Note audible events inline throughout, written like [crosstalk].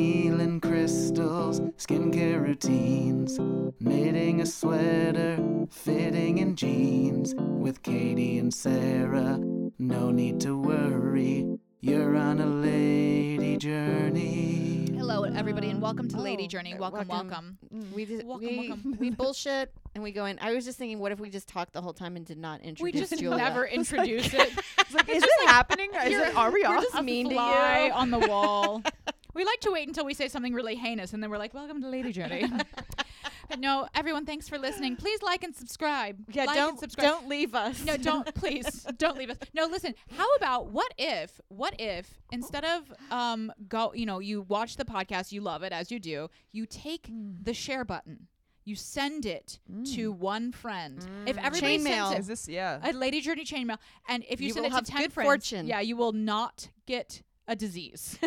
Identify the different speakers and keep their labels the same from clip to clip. Speaker 1: Healing crystals, skincare routines, knitting a sweater, fitting in jeans. With Katie and Sarah, no need to worry, you're on a lady journey.
Speaker 2: Hello, everybody, and welcome to Lady
Speaker 3: Oh,
Speaker 2: Journey.
Speaker 3: uh,
Speaker 2: Welcome, welcome.
Speaker 4: Mm.
Speaker 3: We just
Speaker 2: Welcome,
Speaker 3: we,
Speaker 2: welcome.
Speaker 3: we bullshit and we go in. I was just thinking, what if we just talked the whole time and did not introduce
Speaker 5: We just
Speaker 3: Julia?
Speaker 5: never
Speaker 4: [laughs]
Speaker 5: introduce it.
Speaker 4: It's like, is it
Speaker 2: [laughs]
Speaker 4: happening? Is
Speaker 3: You're-
Speaker 4: it, are we
Speaker 3: we're
Speaker 4: off?
Speaker 3: just
Speaker 2: A
Speaker 3: mean to
Speaker 2: fly [laughs]
Speaker 3: you.
Speaker 2: on the
Speaker 4: [laughs]
Speaker 2: wall. we like to wait until we say something really heinous, and then we're like, "Welcome to Lady
Speaker 4: [laughs]
Speaker 2: Journey." but no, everyone, thanks for listening. Please like and subscribe.
Speaker 4: Yeah,
Speaker 2: Like and
Speaker 4: don't
Speaker 2: subscribe.
Speaker 4: don't leave us.
Speaker 2: [laughs] No, don't please don't leave us. No, listen. How about what if what if instead of um go you know you watch the podcast you love it as you do you take
Speaker 3: Mm.
Speaker 2: the share button you send it to one friend if everybody
Speaker 3: Chain
Speaker 2: sends
Speaker 3: mail.
Speaker 2: it
Speaker 4: Is this yeah?
Speaker 2: a lady journey chain mail and if you,
Speaker 3: You
Speaker 2: send
Speaker 3: will
Speaker 2: it to
Speaker 3: have
Speaker 2: 10
Speaker 3: good
Speaker 2: friends
Speaker 3: fortune.
Speaker 2: yeah you will not get a
Speaker 3: [laughs]
Speaker 2: disease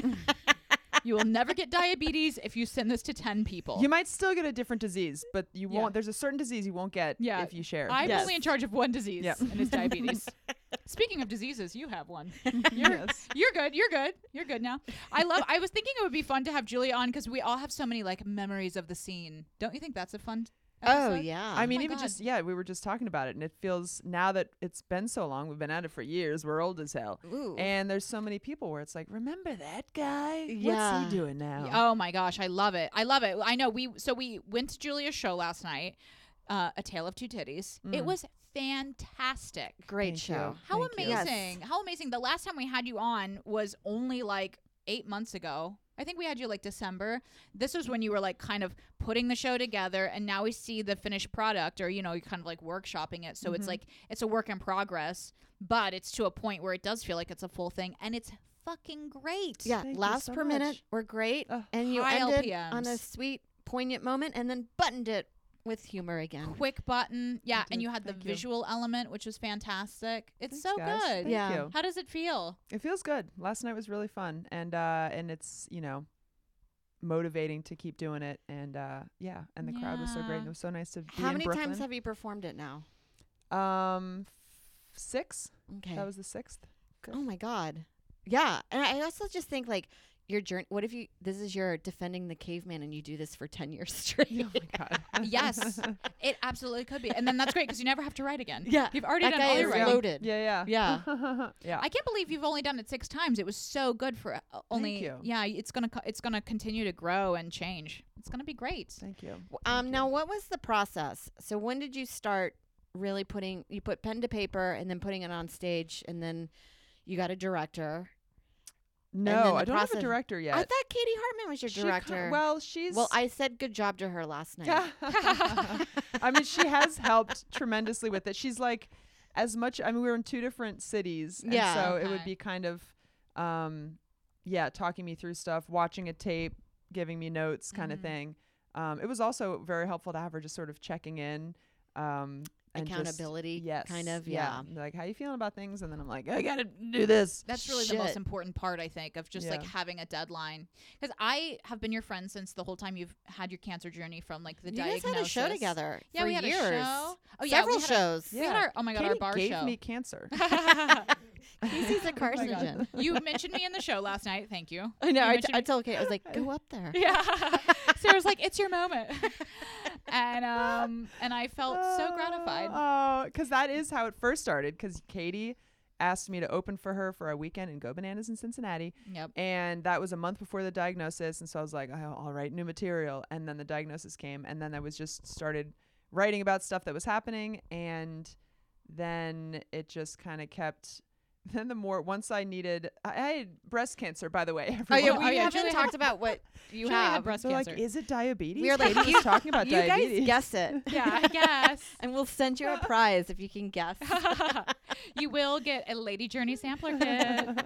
Speaker 2: you will never get diabetes if you send this to 10 people
Speaker 4: you might still get a different disease, but you
Speaker 2: Yeah.
Speaker 4: won't. There's a certain disease you won't get
Speaker 2: Yeah.
Speaker 4: if you share.
Speaker 2: i'm
Speaker 3: Yes.
Speaker 2: only in charge of one disease
Speaker 4: Yep.
Speaker 3: [laughs]
Speaker 2: and it's diabetes speaking of diseases you have one
Speaker 4: [laughs] yes.
Speaker 2: You're good. You're good. You're good now. I love. I was thinking it would be fun to have Julie on because we all have so many like memories of the scene. Don't you think that's a fun?
Speaker 3: Oh
Speaker 2: episode?
Speaker 3: yeah.
Speaker 4: I mean,
Speaker 2: my
Speaker 4: even
Speaker 2: God.
Speaker 4: just yeah, we were just talking about it, and it feels now that it's been so long, we've been at it for years. We're old as hell,
Speaker 3: Ooh.
Speaker 4: and there's so many people where it's like, remember that guy?
Speaker 3: Yeah.
Speaker 4: What's he doing now?
Speaker 2: Oh my gosh, I love it. I love it. I know we. So we went to Julia's show last night. Uh, a Tale of Two Titties.
Speaker 3: Mm.
Speaker 2: It was fantastic.
Speaker 3: Great
Speaker 4: Thank
Speaker 3: show.
Speaker 4: you.
Speaker 2: How
Speaker 4: Thank you.
Speaker 3: Yes.
Speaker 2: amazing! How amazing! The last time we had you on was only like eight months ago. I think we had you like December. This was when you were like kind of putting the show together, and now we see the finished product, or you know, you're kind of like workshopping it. So
Speaker 4: Mm-hmm.
Speaker 2: it's like it's a work in progress, but it's to a point where it does feel like it's a full thing, and it's fucking great.
Speaker 3: Yeah.
Speaker 4: Thank you
Speaker 3: laughs
Speaker 4: so
Speaker 3: per minute
Speaker 4: much.
Speaker 3: were great,
Speaker 4: Ugh.
Speaker 3: and you
Speaker 2: High
Speaker 3: ended on a
Speaker 2: LPMs.
Speaker 3: sweet, poignant moment, and then buttoned it with humor again.
Speaker 2: Quick button, yeah, and
Speaker 4: did.
Speaker 2: you had the
Speaker 4: Thank you.
Speaker 2: visual element, which was fantastic. It's
Speaker 4: Thanks,
Speaker 2: so
Speaker 4: guys.
Speaker 2: good.
Speaker 4: Thank
Speaker 3: Yeah.
Speaker 4: you.
Speaker 2: How does it feel?
Speaker 4: It feels good. Last night was really fun, and uh, and it's you know motivating to keep doing it, and uh, yeah, and the crowd was so great.
Speaker 2: Yeah.
Speaker 4: and It was so nice to be
Speaker 3: How
Speaker 4: in
Speaker 3: many
Speaker 4: Brooklyn.
Speaker 3: times have you performed it now?
Speaker 4: um f- six?
Speaker 3: Okay.
Speaker 4: That was the sixth.
Speaker 3: [laughs] oh my god. Yeah, and I also just think like your journey. What if you? This is your defending the caveman, and you do this for ten years
Speaker 4: [laughs]
Speaker 3: [laughs] straight.
Speaker 4: Oh my god.
Speaker 3: [laughs]
Speaker 4: [laughs]
Speaker 2: Yes, it absolutely could be, and then that's great because you never have to write again.
Speaker 3: Yeah,
Speaker 2: you've already
Speaker 3: that
Speaker 2: done
Speaker 3: guy
Speaker 2: all
Speaker 3: is
Speaker 2: your writing.
Speaker 3: loaded.
Speaker 4: Yeah,
Speaker 3: Yeah.
Speaker 4: yeah. [laughs] yeah.
Speaker 2: I can't believe you've only done it six times. It was so good for uh, only.
Speaker 4: you.
Speaker 2: Yeah, it's gonna co- it's gonna continue to grow and change. It's gonna be great.
Speaker 4: Thank you.
Speaker 3: Um, now, what was the process? So, when did you start really putting? You put pen to paper, and then putting it on stage, and then you got a director. then
Speaker 4: No,
Speaker 3: the
Speaker 4: I don't have
Speaker 3: process-
Speaker 4: a director yet.
Speaker 3: I thought Katie Hartman was your
Speaker 4: She co-
Speaker 3: director. well,
Speaker 4: well, she's [laughs]
Speaker 3: I said good job to her last night. [laughs]
Speaker 4: I mean, she has helped tremendously with it. She's like as much. I mean, we were in two different cities, and
Speaker 3: Yeah.
Speaker 4: so it
Speaker 2: Okay.
Speaker 4: would be kind of, um, yeah, talking me through stuff, watching a tape, giving me notes, kind of thing. Um, it was also very helpful to have her just sort of checking in. Um, and just-
Speaker 3: Accountability,
Speaker 4: yes,
Speaker 3: kind of, yeah.
Speaker 4: Like, how you feeling about things? And then I'm like, I gotta do this.
Speaker 2: That's really the most
Speaker 3: Shit.
Speaker 2: important part, I think, of just like
Speaker 4: Yeah.
Speaker 2: having a deadline. Because I have been your friend since the whole time you've had your cancer journey from like the
Speaker 3: you guys
Speaker 2: diagnosis.
Speaker 3: had a show together.
Speaker 2: Yeah,
Speaker 3: for
Speaker 2: we had
Speaker 3: years.
Speaker 2: a show. Oh yeah,
Speaker 3: several
Speaker 2: we had a-
Speaker 3: shows. [laughs]
Speaker 2: we had our- oh my god, our
Speaker 4: Katie
Speaker 2: bar
Speaker 4: gave
Speaker 2: show. [laughs] Oh
Speaker 4: me cancer.
Speaker 3: Casey's a carcinogen.
Speaker 2: you mentioned me in the show last night. Thank you.
Speaker 3: [laughs] I know.
Speaker 2: You
Speaker 3: I, t-
Speaker 2: mentioned
Speaker 3: I
Speaker 2: me-
Speaker 3: told Kate, I was like, go up
Speaker 2: [laughs]
Speaker 3: there.
Speaker 2: Yeah. Sarah's like, it's your moment. [laughs] and um and I felt so gratified.
Speaker 3: [laughs]
Speaker 4: Oh, because that is how it first started. Because Katie asked me to open for her for a weekend in Go Bananas in Cincinnati,
Speaker 2: Yep.
Speaker 4: and that was a month before the diagnosis. And so I was like, oh, "All right, new material." And then the diagnosis came, and then I was just started writing about stuff that was happening, and then it just kind of kept. [laughs] Then the more once I needed, I I had breast cancer, by the way. [laughs]
Speaker 3: Oh yeah,
Speaker 4: everyone.
Speaker 3: we
Speaker 2: Oh, yeah,
Speaker 3: haven't
Speaker 2: Julia had-
Speaker 3: talked about what you
Speaker 2: Julia had
Speaker 3: have.
Speaker 2: breast
Speaker 4: They're like,
Speaker 2: cancer.
Speaker 4: [laughs] is it diabetes?
Speaker 3: We are like,
Speaker 4: Katie
Speaker 3: you-
Speaker 4: was talking about
Speaker 3: [laughs] you
Speaker 4: diabetes.
Speaker 3: guys guess it.
Speaker 2: yeah, I guess. [laughs]
Speaker 3: and we'll send [laughs] you a prize if you can [laughs] guess.
Speaker 2: you will get a Lady Journey
Speaker 4: [laughs]
Speaker 2: sampler kit.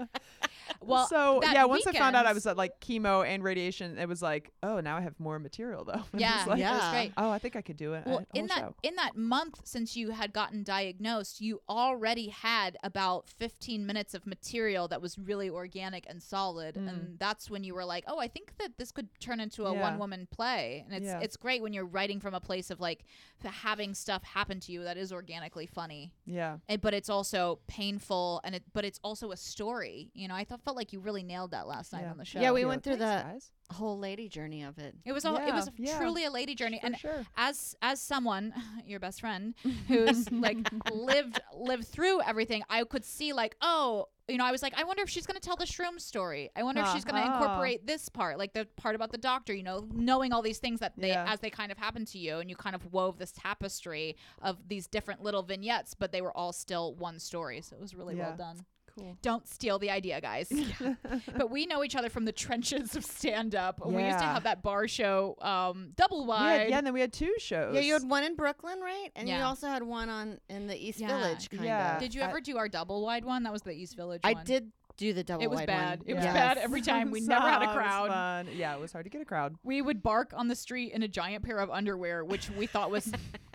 Speaker 2: Well,
Speaker 4: so
Speaker 2: that
Speaker 4: yeah, once I found out I
Speaker 2: weekend-
Speaker 4: was at like chemo and radiation, it was like, oh, now I have more material though. [laughs] It was
Speaker 2: yeah,
Speaker 4: like,
Speaker 2: yeah, it was
Speaker 3: Yeah.
Speaker 2: great.
Speaker 4: Oh, I think I could do it. I
Speaker 2: Well,
Speaker 4: had a
Speaker 2: in
Speaker 4: whole
Speaker 2: that
Speaker 4: show.
Speaker 2: in that month since you had gotten diagnosed, you already had about 15 minutes of material that was really organic and solid, and that's when you were like, "Oh, I think that this could turn into a
Speaker 4: Mm. Yeah.
Speaker 2: one-woman play." And it's
Speaker 4: Yeah.
Speaker 2: it's great when you're writing from a place of like f- having stuff happen to you that is organically funny.
Speaker 4: yeah,
Speaker 2: and- but it's also painful and it but it's also a story you know i thought I felt like you really nailed that last night
Speaker 4: Yeah.
Speaker 2: on the show.
Speaker 3: Yeah, we
Speaker 4: Yeah,
Speaker 3: went through
Speaker 4: thanks,
Speaker 3: the
Speaker 4: guys.
Speaker 3: whole lady journey of it.
Speaker 2: It was a it was
Speaker 4: Yeah, yeah.
Speaker 2: truly a lady journey,
Speaker 4: For
Speaker 2: and
Speaker 4: sure.
Speaker 2: as as someone, [laughs] your best
Speaker 4: [laughs]
Speaker 2: friend, who's like lived lived through everything, I could see like oh. You know, I was like, I wonder if she's going to tell the shroom story. I wonder if she's going to
Speaker 4: Uh-huh.
Speaker 2: incorporate this part, like the part about the doctor. You know, knowing all these things that they,
Speaker 4: Yeah.
Speaker 2: as they kind of happened to you, and you kind of wove this tapestry of these different little vignettes, but they were all still one story. So it was really well
Speaker 4: Yeah.
Speaker 2: done. [laughs]
Speaker 4: Cool. [laughs]
Speaker 2: Don't steal the idea, guys. [laughs] but we know each other from the trenches of stand up. We used to
Speaker 4: Yeah.
Speaker 2: have that bar show, um, double
Speaker 4: We had-
Speaker 2: wide.
Speaker 4: yeah, and then we had two shows.
Speaker 3: Yeah, you had one in Brooklyn, right? And you
Speaker 2: Yeah.
Speaker 3: also had one on in the East
Speaker 2: Yeah.
Speaker 3: Village, kind
Speaker 4: Yeah.
Speaker 3: of.
Speaker 2: Did you
Speaker 4: I-
Speaker 2: ever do our double wide one? That was the East Village.
Speaker 3: I
Speaker 2: one.
Speaker 3: did do the double
Speaker 2: It was
Speaker 3: wide
Speaker 2: bad.
Speaker 3: one.
Speaker 2: It was
Speaker 4: Yes.
Speaker 2: bad
Speaker 4: [laughs]
Speaker 2: every time. We never had a
Speaker 4: It was
Speaker 2: crowd.
Speaker 4: fun. Yeah, it was hard to get a crowd.
Speaker 2: We would bark on the street in a giant pair of underwear, which we thought
Speaker 4: [laughs]
Speaker 2: was,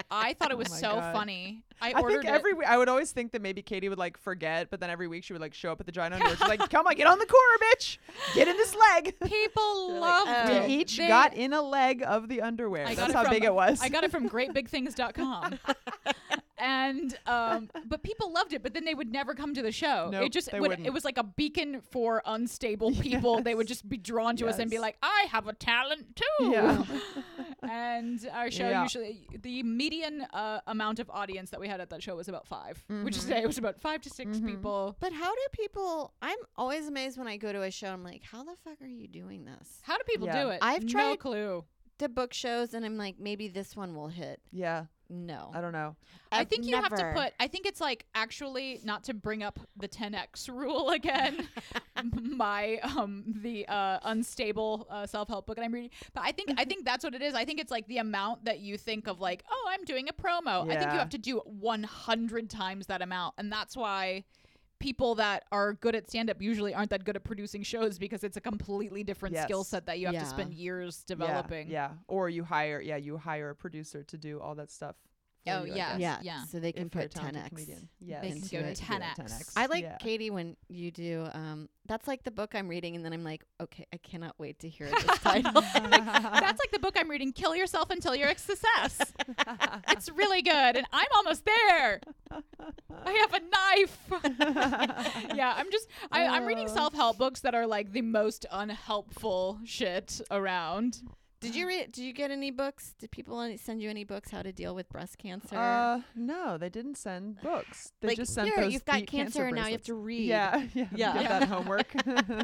Speaker 2: I thought it was
Speaker 4: Oh my
Speaker 2: so
Speaker 4: God.
Speaker 2: funny. I,
Speaker 4: I
Speaker 2: ordered
Speaker 4: think every
Speaker 2: it.
Speaker 4: we- I would always think that maybe Katie would like forget, but then every week she would like show up at the giant underwear. She's
Speaker 2: [laughs]
Speaker 4: like, "Come on, get on the corner, bitch! Get in this leg." [laughs]
Speaker 2: People
Speaker 3: like,
Speaker 2: loved
Speaker 4: We
Speaker 3: "Oh."
Speaker 2: it.
Speaker 4: each
Speaker 2: Uh, They-
Speaker 4: got in a leg of the underwear.
Speaker 2: I got
Speaker 4: That's
Speaker 2: it
Speaker 4: how
Speaker 2: from-
Speaker 4: big it was.
Speaker 2: I got it from
Speaker 4: [laughs]
Speaker 2: greatbigthings.com. and um, but people loved it, but then they would never come to the show.
Speaker 4: Nope,
Speaker 2: it just
Speaker 4: they
Speaker 2: would,
Speaker 4: wouldn't.
Speaker 2: it was like a beacon for
Speaker 4: [laughs]
Speaker 2: unstable people. They would just be drawn to us and be
Speaker 4: Yes.
Speaker 2: like, "I have a talent too."
Speaker 4: Yeah.
Speaker 2: [laughs] and our show
Speaker 4: Yeah.
Speaker 2: usually the median uh, amount of audience that we had at that show was about 5 which is
Speaker 4: Mm-hmm.
Speaker 2: today it was about five to 6 people.
Speaker 3: [laughs] But how do people? I'm always amazed when I go to a show. I'm like, how the fuck are you doing this?
Speaker 2: How do people
Speaker 4: Yeah.
Speaker 2: do it?
Speaker 3: I've
Speaker 2: no
Speaker 3: tried-
Speaker 2: clue.
Speaker 3: To book shows, and I'm like, maybe this one will hit.
Speaker 4: yeah,
Speaker 3: No,
Speaker 4: I don't know.
Speaker 2: I
Speaker 3: I've
Speaker 2: think you have to
Speaker 3: never-
Speaker 2: put. I think it's like actually not to bring up the 10x rule [laughs] again. my um the uh, unstable uh, self help book that I'm reading, but I think I think that's what it is. I think it's like the amount that you think of like oh I'm doing a promo. I think you
Speaker 4: Yeah.
Speaker 2: have to do 100 times that amount, and that's why people that are good at stand up usually aren't that good at producing shows because it's a completely different
Speaker 4: Yes.
Speaker 2: skill set that you have to
Speaker 3: Yeah.
Speaker 2: spend years
Speaker 4: Yeah,
Speaker 2: developing.
Speaker 4: Yeah, or you hire. Yeah, you hire a producer to do all that stuff. for
Speaker 2: Oh,
Speaker 4: you, I
Speaker 2: yeah.
Speaker 4: guess,
Speaker 3: Yeah,
Speaker 2: Yeah.
Speaker 3: so they can
Speaker 4: if you're a
Speaker 3: put 10
Speaker 4: talented
Speaker 3: x.
Speaker 4: comedian. Yes.
Speaker 2: They
Speaker 3: can
Speaker 4: you
Speaker 3: go
Speaker 4: have to do that
Speaker 2: 10x. [laughs]
Speaker 4: 10x.
Speaker 3: I like
Speaker 4: yeah. [laughs]
Speaker 3: Katie when you do. Um, that's like the book I'm reading, and then I'm like, okay, I cannot wait to hear
Speaker 2: [laughs]
Speaker 3: this title.
Speaker 2: That's like the book I'm reading, Kill Yourself Until You're a Success. it's really good, and I'm almost there. I have a knife. yeah, I'm just, I, I'm reading
Speaker 3: Uh.
Speaker 2: self help books that are like the most unhelpful shit around.
Speaker 3: Did you read? Did you get any books? Did people any- send you any books? How to deal with breast cancer?
Speaker 4: Uh, no, they didn't send books. They
Speaker 3: Like,
Speaker 4: just sent
Speaker 3: here,
Speaker 4: those
Speaker 3: you've got
Speaker 4: beat cancer,
Speaker 3: cancer, and now you have
Speaker 4: bracelets.
Speaker 3: to read.
Speaker 4: Yeah, [laughs] yeah,
Speaker 3: Yeah.
Speaker 4: Get that
Speaker 3: [laughs]
Speaker 4: homework.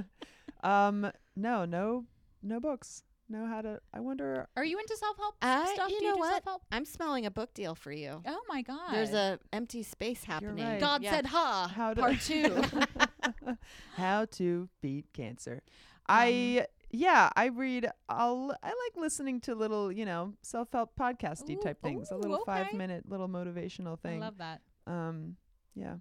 Speaker 4: [laughs] um, no, no, no books. No, how to? I wonder.
Speaker 2: Are you into self help
Speaker 3: Uh,
Speaker 2: [laughs] stuff?
Speaker 3: you
Speaker 2: Do
Speaker 3: know
Speaker 2: you do
Speaker 3: what?
Speaker 2: self help?
Speaker 3: I'm smelling a book deal for you.
Speaker 2: Oh my God.
Speaker 3: There's a empty space happening.
Speaker 4: right.
Speaker 2: God [laughs] said ha.
Speaker 4: How to
Speaker 2: part
Speaker 3: [laughs]
Speaker 2: two.
Speaker 4: [laughs] how to beat
Speaker 2: Um,
Speaker 4: cancer. I yeah, I read. I'll I like listening to little you know self help podcasty
Speaker 2: Ooh,
Speaker 4: type things. a
Speaker 2: ooh,
Speaker 4: little five
Speaker 2: okay.
Speaker 4: minute little motivational
Speaker 2: I
Speaker 4: thing.
Speaker 2: love that.
Speaker 4: um, yeah.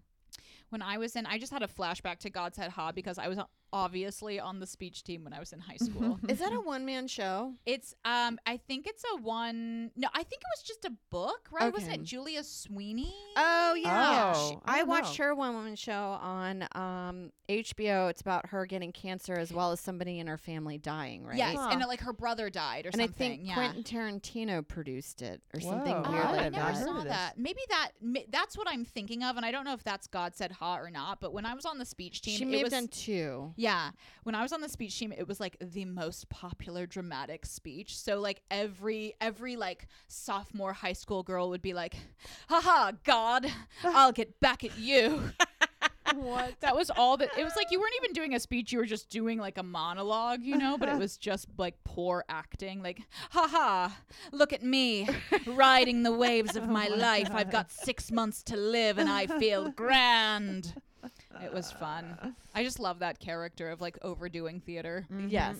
Speaker 2: when I was in, I just had a flashback to God Said Ha because I was obviously on the speech team when I was in high
Speaker 4: [laughs]
Speaker 2: school.
Speaker 3: Is that a one man show?
Speaker 2: it's um, I think it's a one. No, I think it was just a book, right? Wasn't
Speaker 3: Okay.
Speaker 2: it Julia Sweeney?
Speaker 3: Oh yeah,
Speaker 4: Oh,
Speaker 3: Sh-
Speaker 4: I
Speaker 3: I,
Speaker 4: don't
Speaker 3: watched her one woman show on um, HBO. It's about her getting cancer as well as somebody in her family dying. Right.
Speaker 2: Yes,
Speaker 4: Huh.
Speaker 2: and uh, like her brother died or
Speaker 3: And I
Speaker 2: something.
Speaker 3: think
Speaker 2: yeah.
Speaker 3: Quentin Tarantino produced it or something
Speaker 4: Whoa.
Speaker 2: Oh,
Speaker 3: weird
Speaker 4: I
Speaker 2: I
Speaker 3: like
Speaker 2: never
Speaker 3: that.
Speaker 4: heard
Speaker 2: saw
Speaker 4: of this.
Speaker 2: that. Maybe that ma- that's what I'm thinking of, and I don't know if that's God said ha or not. But when I was on the speech team,
Speaker 3: She
Speaker 2: it
Speaker 3: may have
Speaker 2: was-
Speaker 3: done two.
Speaker 2: Yeah. When I was on the speech team, it was like the most popular dramatic speech. So like every every like sophomore high school girl would be like, "Haha, God, I'll get back at you." What? That was all that. It was like you weren't even doing a speech. You were just doing like a monologue, you know. But it was just like poor acting. Like, haha, look at me riding the waves of my, life. I've got six months to live, and I feel grand. It was fun. I just love that character of like overdoing theater.
Speaker 4: Mm. Mm-hmm,
Speaker 3: Yes.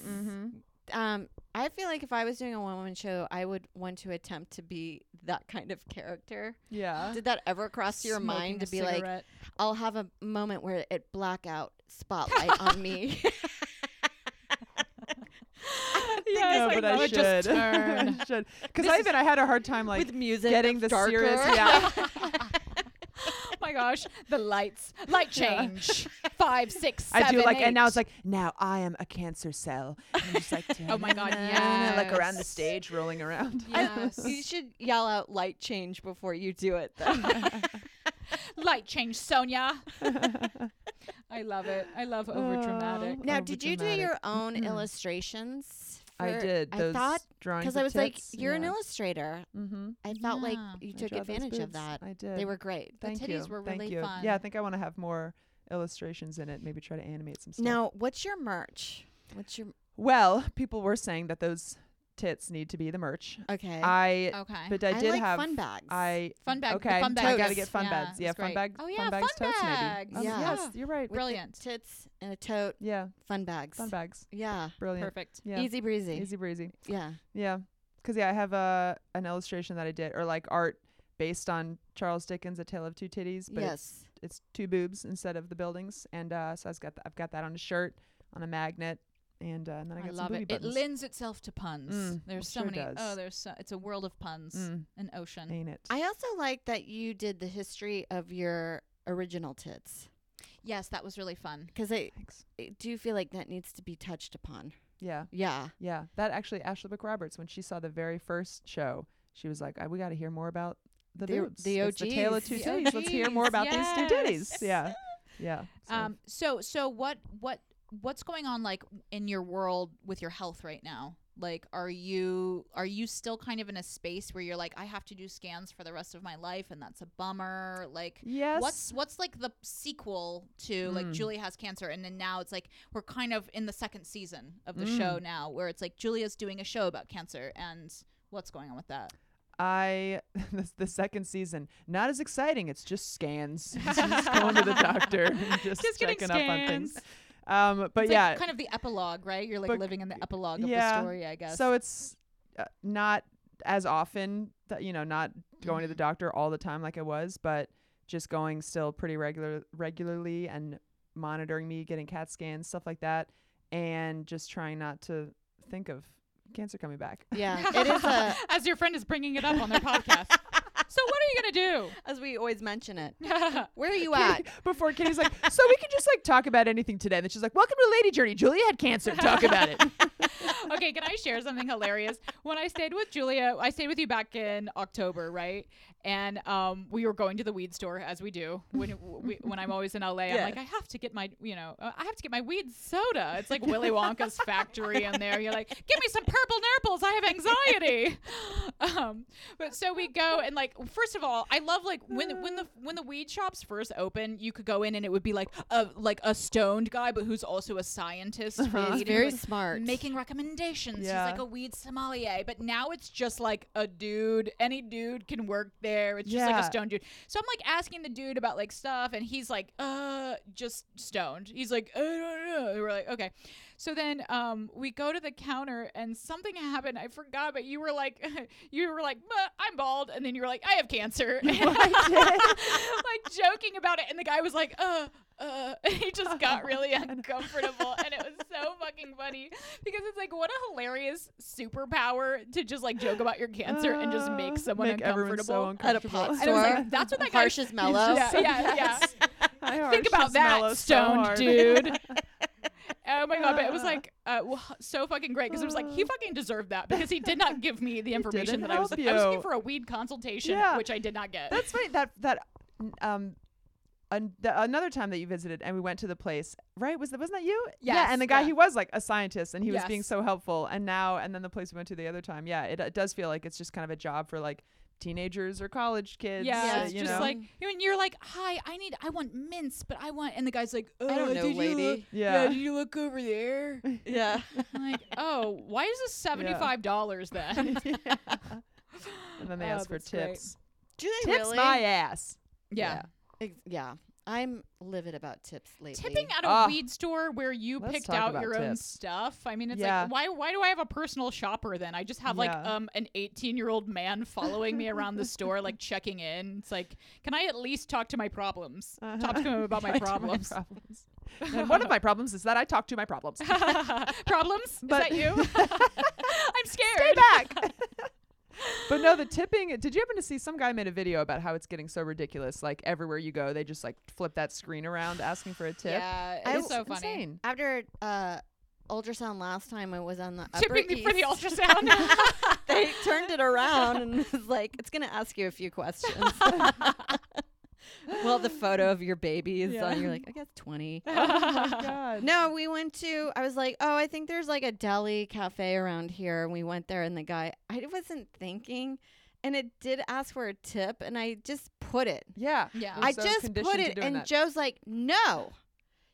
Speaker 3: Um, I feel like if I was doing a one woman show, I would want to attempt to be that kind of character.
Speaker 4: Yeah.
Speaker 3: Did that ever cross your
Speaker 2: Smoking
Speaker 3: mind
Speaker 2: a
Speaker 3: to be like,
Speaker 2: cigarette.
Speaker 3: I'll have a moment where it blackout
Speaker 4: [laughs]
Speaker 3: spotlight on me? [laughs]
Speaker 2: yeah,
Speaker 4: no, but I
Speaker 2: would just
Speaker 4: should. [laughs]
Speaker 2: turn.
Speaker 4: I should. Because I even I had a hard time like
Speaker 3: With music
Speaker 4: getting the
Speaker 3: that's
Speaker 2: [laughs]
Speaker 3: [laughs]
Speaker 4: serious.
Speaker 3: darker.
Speaker 4: Yeah.
Speaker 2: oh my gosh, the lights, [gasps] light change, five, six, seven,
Speaker 4: I do like, and now it's
Speaker 2: eight.
Speaker 4: like, now I am a cancer cell. And I'm just like,
Speaker 2: [laughs] Oh my God,
Speaker 4: "Da-na-na-na," like around the
Speaker 2: yes.
Speaker 4: stage, rolling around.
Speaker 2: Yes.
Speaker 3: you [laughs] should yell out light change
Speaker 4: [laughs]
Speaker 3: before you do it. Though.
Speaker 4: [laughs]
Speaker 2: light change, Sonia. I love it. I love over dramatic.
Speaker 3: [laughs] Now,
Speaker 4: over
Speaker 3: did you do
Speaker 4: dramatic.
Speaker 3: your own
Speaker 4: Mm-mm.
Speaker 3: illustrations?
Speaker 4: I
Speaker 3: for-
Speaker 4: did
Speaker 3: I
Speaker 4: those
Speaker 3: thought
Speaker 4: drawings
Speaker 3: because
Speaker 4: because
Speaker 3: I was like, "You're an illustrator."
Speaker 4: Mm-hmm.
Speaker 3: I felt like
Speaker 2: Yeah.
Speaker 3: you took advantage of that.
Speaker 4: I did.
Speaker 3: They were great.
Speaker 2: The
Speaker 4: Thank
Speaker 2: titties
Speaker 4: you.
Speaker 2: were
Speaker 4: Thank
Speaker 2: really
Speaker 4: you.
Speaker 2: fun.
Speaker 4: Yeah, I think I want to have more illustrations in it. Maybe try to animate some stuff.
Speaker 3: Now, what's your merch? What's your
Speaker 4: well, people were saying that those tits need to be the merch.
Speaker 3: okay?
Speaker 4: I,
Speaker 2: Oh, Okay.
Speaker 4: but I did
Speaker 3: like
Speaker 4: have.
Speaker 3: fun bags.
Speaker 4: I
Speaker 2: Fun bag. the
Speaker 4: okay.
Speaker 2: Fun
Speaker 4: I gotta
Speaker 2: bags.
Speaker 4: get fun
Speaker 2: Yeah,
Speaker 4: bags. Yeah,
Speaker 2: that's
Speaker 4: fun
Speaker 2: great.
Speaker 4: bag.
Speaker 2: Oh yeah,
Speaker 4: fun bags.
Speaker 2: fun
Speaker 4: totes
Speaker 2: bags.
Speaker 4: maybe. Um,
Speaker 3: Yeah.
Speaker 4: Yes, you're right.
Speaker 2: Brilliant.
Speaker 3: tits and a tote.
Speaker 4: Yeah,
Speaker 3: Fun bags.
Speaker 4: fun bags.
Speaker 3: Yeah.
Speaker 4: Brilliant.
Speaker 2: Perfect.
Speaker 4: Yeah.
Speaker 3: Easy breezy.
Speaker 4: Easy breezy.
Speaker 3: Yeah.
Speaker 4: Yeah. Cause yeah, I have a an illustration that I did, or like art based on Charles Dickens' A Tale of Two Titties, but it's
Speaker 3: yes.
Speaker 4: it's two boobs instead of the buildings, and uh, so I've got th- I've got that on a shirt, on a magnet, and, uh, and then I
Speaker 2: I
Speaker 4: got some
Speaker 2: love
Speaker 4: booby
Speaker 2: it. It
Speaker 4: buttons.
Speaker 2: lends itself to puns.
Speaker 4: Mm,
Speaker 2: there's
Speaker 4: it
Speaker 2: so
Speaker 4: sure
Speaker 2: many.
Speaker 4: does.
Speaker 2: Oh, there's so, it's a world of puns.
Speaker 4: Mm,
Speaker 2: An ocean.
Speaker 4: ain't it?
Speaker 3: I also like that you did the history of your original tits
Speaker 2: Yes, that was really fun.
Speaker 3: because I,
Speaker 4: Thanks.
Speaker 3: I do feel like that needs to be touched upon.
Speaker 4: Yeah,
Speaker 3: Yeah.
Speaker 4: yeah. That actually, Ashley Book Roberts, when she saw the very first show, she was like, I, "We got to hear more about the
Speaker 3: The-
Speaker 4: boobs.
Speaker 3: the
Speaker 4: It's the Tale of Two
Speaker 2: OGs.
Speaker 4: Titties. Let's hear more about these two
Speaker 2: Yes.
Speaker 4: titties." Yeah, yeah. So
Speaker 2: Um. So so what what what's going on like in your world with your health right now? Like, are you are you still kind of in a space where you're like, I have to do scans for the rest of my life, and that's a bummer. Like,
Speaker 4: yes.
Speaker 2: what's what's like the sequel to like
Speaker 4: Mm.
Speaker 2: Julia has cancer, and then now it's like we're kind of in the second season of the show now, where it's like Julia's doing a show about cancer, and what's going on with that?
Speaker 4: I [laughs] the, the second season not as exciting. It's
Speaker 2: [laughs]
Speaker 4: just scans, It's just going to the doctor, and just,
Speaker 2: Just getting
Speaker 4: checking up on things. Um, but
Speaker 2: It's, like,
Speaker 4: yeah,
Speaker 2: kind of the epilogue, right? You're like
Speaker 4: But-
Speaker 2: living in the epilogue of the
Speaker 4: yeah.
Speaker 2: story, I guess. [laughs]
Speaker 4: so it's uh, not as often that you know not going to the
Speaker 2: Mhm.
Speaker 4: doctor all the time like I was, but just going still pretty regular regularly and monitoring me, getting CAT scans, stuff like that, and just trying not to think of cancer coming back.
Speaker 3: Yeah. [laughs] it is a,
Speaker 2: [laughs] as your friend is bringing it up on their podcast. [laughs] so what are you
Speaker 3: [laughs] as we always mention it.
Speaker 2: [laughs] gonna do?
Speaker 3: Where are you
Speaker 4: Katie-
Speaker 3: at?
Speaker 4: Before Katie's like, so we can just like talk about anything today. And then she's like, welcome to Lady Journey. Julia had cancer. Talk about it.
Speaker 2: [laughs] okay, can I share something hilarious? When I stayed with Julia, I stayed with you back in October, right? And um, we were going to the weed store as we do when we, when I'm always in LA. I'm
Speaker 4: Yeah.
Speaker 2: like, I have to get my, you know, uh, I have to get my weed soda. It's like Willy Wonka's factory in there. You're like, give me some purple nurples. I have anxiety. [laughs] um, but so we go and like, first of all, I love like when when the when the weed shops first open, you could go in and it would be like a like a stoned guy, but who's also a scientist.
Speaker 4: Uh-huh.
Speaker 2: reading
Speaker 3: He's very [laughs]
Speaker 2: the-
Speaker 3: smart.
Speaker 2: making recommendations.
Speaker 4: Yeah.
Speaker 2: He's like a weed sommelier, but now it's just like a dude. Any dude can work there. It's just like a
Speaker 4: Yeah.
Speaker 2: stone dude. So I'm like asking the dude about like stuff, and he's like, uh, just stoned. He's like, I don't know. And we're like, okay. So then um, we go to the counter, and something happened. I forgot, but you were like, [laughs] you were like, "But I'm bald, and then you were like, I have
Speaker 4: [laughs]
Speaker 2: cancer, [laughs] like joking about it, and the guy was like, uh. Uh, [laughs] and he just got
Speaker 4: Oh,
Speaker 2: really uncomfortable, and it was
Speaker 4: [laughs]
Speaker 2: so fucking funny because it's like what a hilarious superpower to just like joke about your cancer and just make
Speaker 4: Uh,
Speaker 2: someone
Speaker 4: make everyone
Speaker 2: uncomfortable.
Speaker 4: so
Speaker 3: At a pot
Speaker 4: uncomfortable.
Speaker 2: and I was
Speaker 3: Sure.
Speaker 2: like, that's what that guy.
Speaker 3: Harsh as mellow.
Speaker 2: Yeah,
Speaker 4: [laughs]
Speaker 2: yeah, yeah.
Speaker 4: I
Speaker 2: Think
Speaker 4: harsh
Speaker 2: about
Speaker 4: is mellow so
Speaker 2: that, stoned
Speaker 4: hard. Ah.
Speaker 2: dude. oh my god, but it was like uh, wha- so fucking great because it was like he fucking deserved that because he did not give me the information
Speaker 4: didn't
Speaker 2: that I was
Speaker 4: help
Speaker 2: looking. I was looking
Speaker 4: you.
Speaker 2: for a weed consultation,
Speaker 4: Yeah.
Speaker 2: which I did not get.
Speaker 4: [laughs] That's funny. That that um. An, the, another time that you visited and we went to the place right was that wasn't that you
Speaker 2: Yes,
Speaker 4: yeah and the guy
Speaker 2: yeah.
Speaker 4: he was like a scientist and he was being
Speaker 2: Yes.
Speaker 4: so helpful and now and then the place we went to the other time yeah it, it does feel like it's just kind of a job for like teenagers or college kids
Speaker 2: Yeah,
Speaker 3: Yeah,
Speaker 4: uh,
Speaker 2: it's
Speaker 4: you
Speaker 2: just
Speaker 4: know
Speaker 2: like and you're like, "Hi, I need, I want mints, but I want," and the guy's like, oh,
Speaker 3: I don't know,
Speaker 2: did You look,
Speaker 3: lady.
Speaker 2: yeah.
Speaker 4: yeah
Speaker 2: did you look over
Speaker 4: [laughs]
Speaker 2: there?"
Speaker 3: Yeah.
Speaker 2: I'm like, "Oh, why is this seventy five dollars
Speaker 4: [laughs]
Speaker 2: then?"
Speaker 4: and then they
Speaker 2: Oh,
Speaker 4: ask for
Speaker 2: that's great.
Speaker 4: tips
Speaker 3: [laughs] Do they
Speaker 4: tips
Speaker 3: really?
Speaker 4: my ass
Speaker 2: yeah.
Speaker 3: Ex- yeah. I'm livid about tips lately.
Speaker 2: Tipping at a
Speaker 4: Ah.
Speaker 2: weed store where you
Speaker 4: Let's
Speaker 2: picked
Speaker 4: talk
Speaker 2: out
Speaker 4: about
Speaker 2: your own
Speaker 4: tips.
Speaker 2: stuff. I mean, it's
Speaker 4: Yeah.
Speaker 2: like why why do I have a personal shopper then? I just have like
Speaker 4: Yeah.
Speaker 2: um an 18-year-old man following me around the store
Speaker 4: [laughs]
Speaker 2: like checking in. It's like, "Can I at least talk to my problems?
Speaker 4: Uh-huh.
Speaker 2: Talk to him
Speaker 4: [laughs]
Speaker 2: about
Speaker 4: I
Speaker 2: my
Speaker 4: do
Speaker 2: problems."
Speaker 4: problems.
Speaker 2: [laughs]
Speaker 4: and one of my problems is that I talk to my problems.
Speaker 2: problems?
Speaker 4: But-
Speaker 2: Is that
Speaker 4: [laughs]
Speaker 2: you? [laughs] I'm scared. [laughs]
Speaker 4: back. but no, the tipping. Did you happen to see some guy made a video about how it's getting so ridiculous? Like everywhere you go, they just like flip that screen around asking for a tip.
Speaker 2: Yeah,
Speaker 3: I-
Speaker 2: it's so funny. [laughs]
Speaker 4: Insane.
Speaker 3: After uh, ultrasound last time, I was on the upper
Speaker 2: Tipping the- for the [laughs]
Speaker 3: east.
Speaker 2: ultrasound.
Speaker 3: [laughs] they [laughs] turned it around and was like, "It's gonna ask you a few questions." [laughs] well, the photo of your baby is
Speaker 4: Yeah.
Speaker 3: on. You're like, I guess 20.
Speaker 4: oh my god.
Speaker 3: No, we went to. I was like, oh, I think there's like a deli cafe around here, and we went there, and the guy, I wasn't thinking, and it did ask for a tip, and I just put it.
Speaker 4: Yeah.
Speaker 2: Yeah.
Speaker 4: We're
Speaker 2: I'm
Speaker 3: I
Speaker 4: so
Speaker 3: just
Speaker 4: conditioned
Speaker 3: put
Speaker 4: to
Speaker 3: it,
Speaker 4: doing
Speaker 3: and
Speaker 4: that.
Speaker 3: Joe's like, no.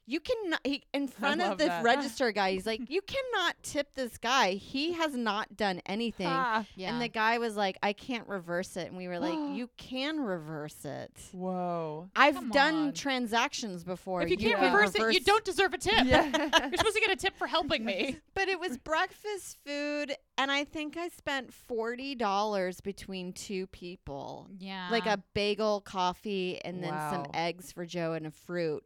Speaker 3: You cannot, he, in front of
Speaker 4: love
Speaker 3: the
Speaker 4: that.
Speaker 3: register guy, he's like, You cannot tip this guy. He has not done anything.
Speaker 4: Ah.
Speaker 2: yeah.
Speaker 3: And the guy was like, I can't reverse it. And we were like, You can reverse it.
Speaker 4: Whoa.
Speaker 3: I've
Speaker 2: Come
Speaker 3: done
Speaker 2: on.
Speaker 3: transactions before.
Speaker 2: if you can't
Speaker 3: can
Speaker 2: reverse it, you don't deserve a tip. [laughs]
Speaker 4: Yeah.
Speaker 2: [laughs] You're supposed to get a tip for helping me.
Speaker 3: But it was breakfast food, and I think I spent forty dollars between two people,
Speaker 2: [laughs] Yeah.
Speaker 3: like a bagel, coffee, and then some
Speaker 4: Wow.
Speaker 3: eggs for Joe and a fruit.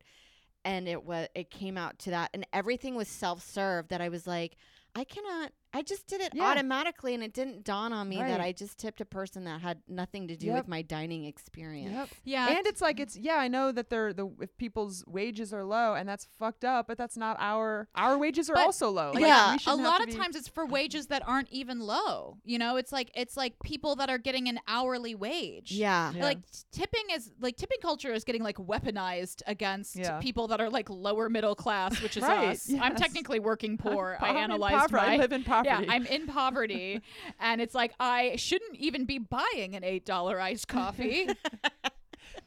Speaker 3: And it was it came out to that, and everything was self serve. That I was like, I cannot. I just did it
Speaker 4: Yeah.
Speaker 3: automatically, and it didn't dawn on me that
Speaker 4: Right.
Speaker 3: I just tipped a person that had nothing to do
Speaker 4: Yep.
Speaker 3: with my dining experience.
Speaker 4: Yep.
Speaker 2: yeah.
Speaker 4: and it's like it's yeah i know that they're the if people's wages are low and that's fucked up but that's not our our wages are
Speaker 2: But-
Speaker 4: also low Like,
Speaker 3: Yeah,
Speaker 4: we
Speaker 2: a
Speaker 4: shouldn't have
Speaker 2: lot
Speaker 4: to
Speaker 2: of
Speaker 4: be-
Speaker 2: times it's for wages that aren't even low. You know, it's like it's like people that are getting an hourly wage.
Speaker 3: Yeah.
Speaker 4: Yeah.
Speaker 2: Like t- tipping is like tipping culture is getting like weaponized against
Speaker 4: Yeah.
Speaker 2: people that are like lower middle class, which is
Speaker 4: Right,
Speaker 2: us. I'm
Speaker 4: yes.
Speaker 2: technically working poor. I
Speaker 4: I'm in
Speaker 2: analyzed
Speaker 4: poverty.
Speaker 2: my
Speaker 4: i live in poverty
Speaker 2: Yeah, I'm in
Speaker 4: [laughs]
Speaker 2: poverty, and it's like I shouldn't even be buying an eight dollar iced
Speaker 4: [laughs]
Speaker 2: coffee.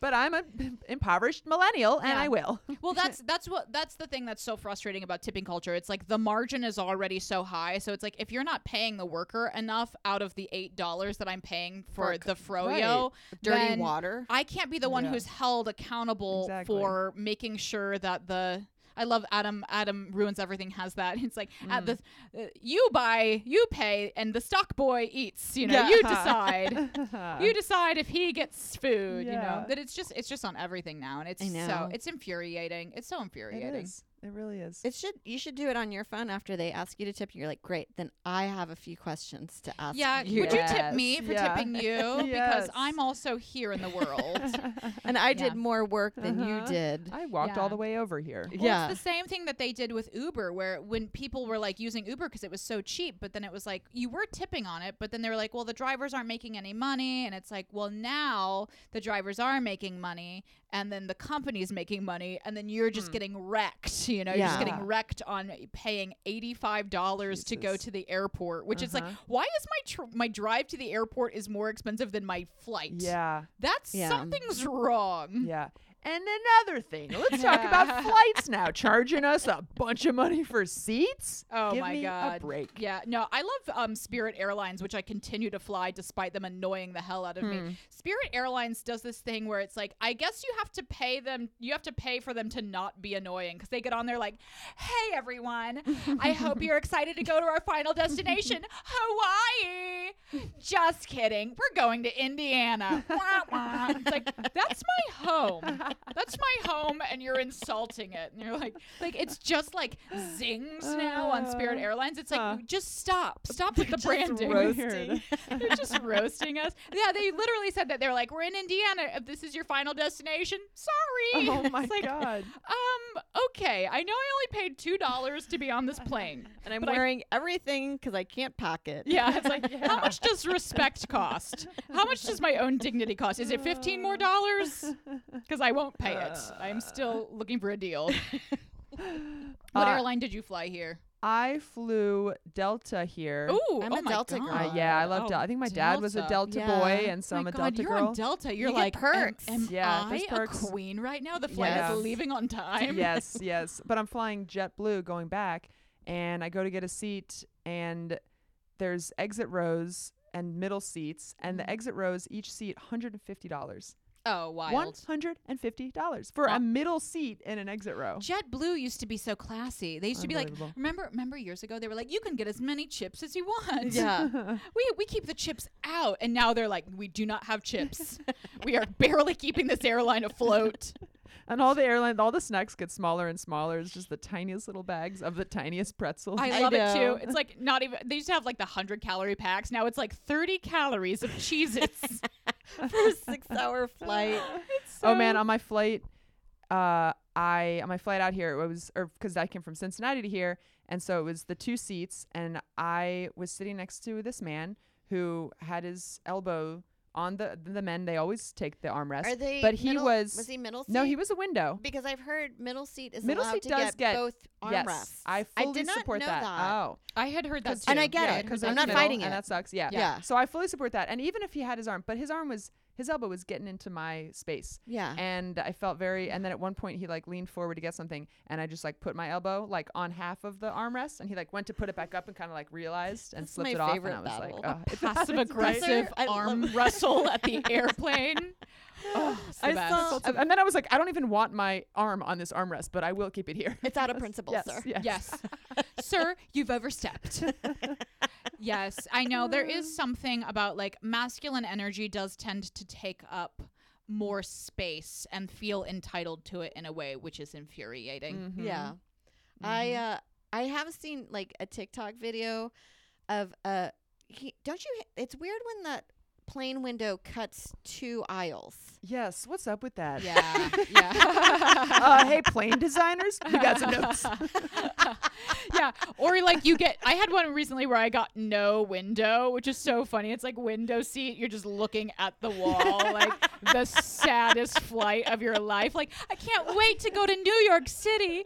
Speaker 4: but i'm an [laughs] impoverished millennial and
Speaker 2: Yeah.
Speaker 4: i will
Speaker 2: well, that's that's what that's the thing that's so frustrating about tipping culture. It's like the margin is already so high, so it's like if you're not paying the worker enough out of the eight dollars that I'm paying for,
Speaker 3: For-
Speaker 2: the froyo,
Speaker 3: Dirty
Speaker 2: then [laughs]
Speaker 4: [laughs]
Speaker 3: water.
Speaker 2: I can't be the one
Speaker 4: Yeah.
Speaker 2: who's held accountable
Speaker 4: Exactly.
Speaker 2: for making sure that the I love Adam. Adam ruins everything. Has that? [laughs] It's like at
Speaker 4: Mm.
Speaker 2: the uh, you buy, you pay, and the stock boy eats. You know,
Speaker 4: Yeah.
Speaker 2: you
Speaker 4: [laughs]
Speaker 2: decide. you decide if he gets food. You know
Speaker 4: Yeah.
Speaker 2: that it's just it's just on everything now, and it's
Speaker 3: I
Speaker 2: so
Speaker 3: know.
Speaker 2: it's infuriating. It's so
Speaker 4: it
Speaker 2: infuriating.
Speaker 4: is it really is [laughs]
Speaker 3: It should you should do it on your phone after they ask you to tip. You're like, great. Then I have a few questions to ask.
Speaker 2: Yeah,
Speaker 3: you.
Speaker 2: would you tip me
Speaker 4: Yes.
Speaker 2: for
Speaker 4: Yeah.
Speaker 2: tipping you
Speaker 4: [laughs]
Speaker 2: because
Speaker 4: Yes.
Speaker 2: I'm also here in the world?
Speaker 3: And I
Speaker 2: Yeah.
Speaker 3: did more work than you
Speaker 4: Uh-huh.
Speaker 3: did.
Speaker 4: i walked
Speaker 2: Yeah.
Speaker 4: all the way over here
Speaker 2: Well,
Speaker 3: yeah,
Speaker 2: it's the same thing that they did with Uber, where when people were like using Uber because it was so cheap, but then it was like you were tipping on it, but then they were like, well, the drivers aren't making any money, and it's like, well, now the drivers are making money, and then the company's making money, and then you're just getting wrecked. [laughs] You know, you're just
Speaker 4: Yeah.
Speaker 2: getting wrecked on paying eighty five dollars to go
Speaker 4: Jesus.
Speaker 2: to the airport, which is like,
Speaker 4: Uh-huh.
Speaker 2: why is my tr- my drive to the airport is more expensive than my flight?
Speaker 4: yeah
Speaker 2: that's
Speaker 3: Yeah.
Speaker 2: something's wrong.
Speaker 4: yeah and another thing let's
Speaker 2: [laughs]
Speaker 4: talk about flights now charging us a bunch of money for seats
Speaker 2: Oh
Speaker 4: Give
Speaker 2: my
Speaker 4: me a
Speaker 2: god! [laughs]
Speaker 4: break.
Speaker 2: Yeah, no, I love um, Spirit Airlines, which I continue to fly despite them annoying the hell out of me. Spirit Airlines does this thing where it's like, I guess you have to pay them, you have to pay for them to not be annoying because they get on there like, "Hey everyone, I hope you're excited to go to our final destination, Hawaii." Just kidding, we're going to Indiana. Wah, wah. It's like that's my home. That's my home, and you're insulting it. And you're like, like it's just like zings now on Spirit
Speaker 4: Uh,
Speaker 2: Airlines. It's like
Speaker 4: huh.
Speaker 2: just stop, stop with the branding. [laughs]
Speaker 4: roasting.
Speaker 2: They're just roasting us. Yeah, they literally said that they're like, we're in Indiana. If this is your final destination, sorry.
Speaker 4: oh
Speaker 2: It's
Speaker 4: my
Speaker 2: like,
Speaker 4: god
Speaker 2: Um, okay. I know I only paid two dollars to be on this plane.
Speaker 3: and I'm
Speaker 2: but I-
Speaker 3: wearing everything because I can't pack it.
Speaker 2: Yeah, it's
Speaker 3: [laughs]
Speaker 2: like how much does respect cost? How much does my own dignity cost? Is it fifteen more dollars? Because I won't pay it. I'm still looking for a deal. what
Speaker 4: Uh,
Speaker 2: airline did you fly here?
Speaker 4: I flew Delta here.
Speaker 2: Ooh,
Speaker 3: I'm
Speaker 2: oh
Speaker 3: a
Speaker 2: my
Speaker 3: Delta
Speaker 2: God.
Speaker 4: Uh,
Speaker 3: girl.
Speaker 4: yeah, I love
Speaker 2: Oh,
Speaker 4: Delta. I think my dad was a Delta
Speaker 3: Yeah.
Speaker 4: boy, and so
Speaker 2: my
Speaker 4: I'm a
Speaker 2: God,
Speaker 4: Delta
Speaker 2: you're
Speaker 4: girl.
Speaker 2: on Delta. You're
Speaker 3: get
Speaker 2: like am-
Speaker 3: perks.
Speaker 2: Am,
Speaker 4: Yeah,
Speaker 2: I
Speaker 4: there's perks.
Speaker 2: a queen right now? The flight
Speaker 4: Yeah.
Speaker 2: is leaving
Speaker 3: [laughs]
Speaker 2: on time. [laughs]
Speaker 4: yes, yes. But I'm flying JetBlue going back, and I go to get a seat, and there's exit rows and middle seats, and
Speaker 2: Mm-hmm.
Speaker 4: the exit rows each seat $150.
Speaker 2: Oh, wild.
Speaker 4: $150 for
Speaker 2: Wow.
Speaker 4: a middle seat in an exit row.
Speaker 2: JetBlue used to be so classy. They used to be like,
Speaker 4: Unbelievable.
Speaker 2: remember, remember years ago, they were like, you can get as many chips as you want.
Speaker 3: Yeah.
Speaker 2: we we keep the chips out, and now they're like, we do not have chips. [laughs] we are barely keeping this airline
Speaker 3: [laughs]
Speaker 2: afloat.
Speaker 4: [laughs] And all the airlines, all the snacks get smaller and smaller. It's just the tiniest little bags of the tiniest pretzels.
Speaker 2: I
Speaker 3: I
Speaker 2: love it
Speaker 3: know.
Speaker 2: too. It's like not even. They used to have like the hundred calorie packs. Now it's like thirty calories of
Speaker 3: [laughs]
Speaker 2: Cheez-Its.
Speaker 3: for a six-hour [laughs] flight.
Speaker 4: oh man, on my flight, uh, I on my flight out here it was, or because I came from Cincinnati to here, and so it was the two seats, and I was sitting next to this man who had his elbow on the the men they always take the armrest.
Speaker 3: Are they?
Speaker 4: but he
Speaker 3: middle-
Speaker 4: was-
Speaker 3: Was he middle seat?
Speaker 4: no, he was a window.
Speaker 3: Because I've heard middle seat is
Speaker 4: Middle
Speaker 3: allowed
Speaker 4: seat
Speaker 3: to
Speaker 4: does
Speaker 3: get,
Speaker 4: get-
Speaker 3: both
Speaker 4: yes,
Speaker 3: armrests.
Speaker 4: I fully
Speaker 3: did not
Speaker 4: support
Speaker 3: know
Speaker 4: that.
Speaker 3: that.
Speaker 4: Oh,
Speaker 2: I had heard that too.
Speaker 3: And I get
Speaker 4: yeah,
Speaker 3: it.
Speaker 4: because
Speaker 3: I'm
Speaker 4: it's
Speaker 3: not
Speaker 4: middle,
Speaker 3: fighting
Speaker 4: and
Speaker 3: it.
Speaker 4: that sucks. Yeah.
Speaker 3: Yeah.
Speaker 4: So I fully support that. And even if he had his arm, but his arm was his elbow was getting into my space.
Speaker 3: Yeah.
Speaker 4: and I felt very. And then at one point, he like leaned forward to get something, and I just like put my elbow like on half of the armrest, and he like went to put it back up and kind of like realized and
Speaker 3: That's
Speaker 4: slipped
Speaker 3: my
Speaker 4: it off, and
Speaker 3: favorite
Speaker 4: I was
Speaker 3: battle.
Speaker 4: like, oh,
Speaker 3: [laughs]
Speaker 4: it's
Speaker 2: Passive aggressive
Speaker 3: I love
Speaker 2: arm wrestle at [laughs] the airplane. Oh, it's the
Speaker 4: I
Speaker 2: best.
Speaker 3: saw-
Speaker 4: And and then I was like, I don't even want my arm on this armrest, but I will keep it
Speaker 3: [laughs]
Speaker 4: here.
Speaker 3: It's out of
Speaker 4: Yes,
Speaker 3: principle,
Speaker 4: yes,
Speaker 3: sir.
Speaker 4: Yes.
Speaker 2: Yes. Sir, you've overstepped. yes, I know there [laughs] is something about like masculine energy does tend to take up more space and feel entitled to it in a way which is infuriating.
Speaker 4: Mhm.
Speaker 3: Yeah. I uh I have seen like a TikTok video of uh he, don't you it's weird when that plane window cuts two aisles.
Speaker 4: Yes. What's up with that?
Speaker 2: Yeah. [laughs] Yeah.
Speaker 4: [laughs] uh, hey, plane designers, you got
Speaker 3: [laughs]
Speaker 4: some notes.
Speaker 2: yeah. Or like you get I had one recently where I got no window, which is so funny. It's like window seat. You're just looking at the wall, like the saddest flight of your life. Like, I can't wait to go to New York City.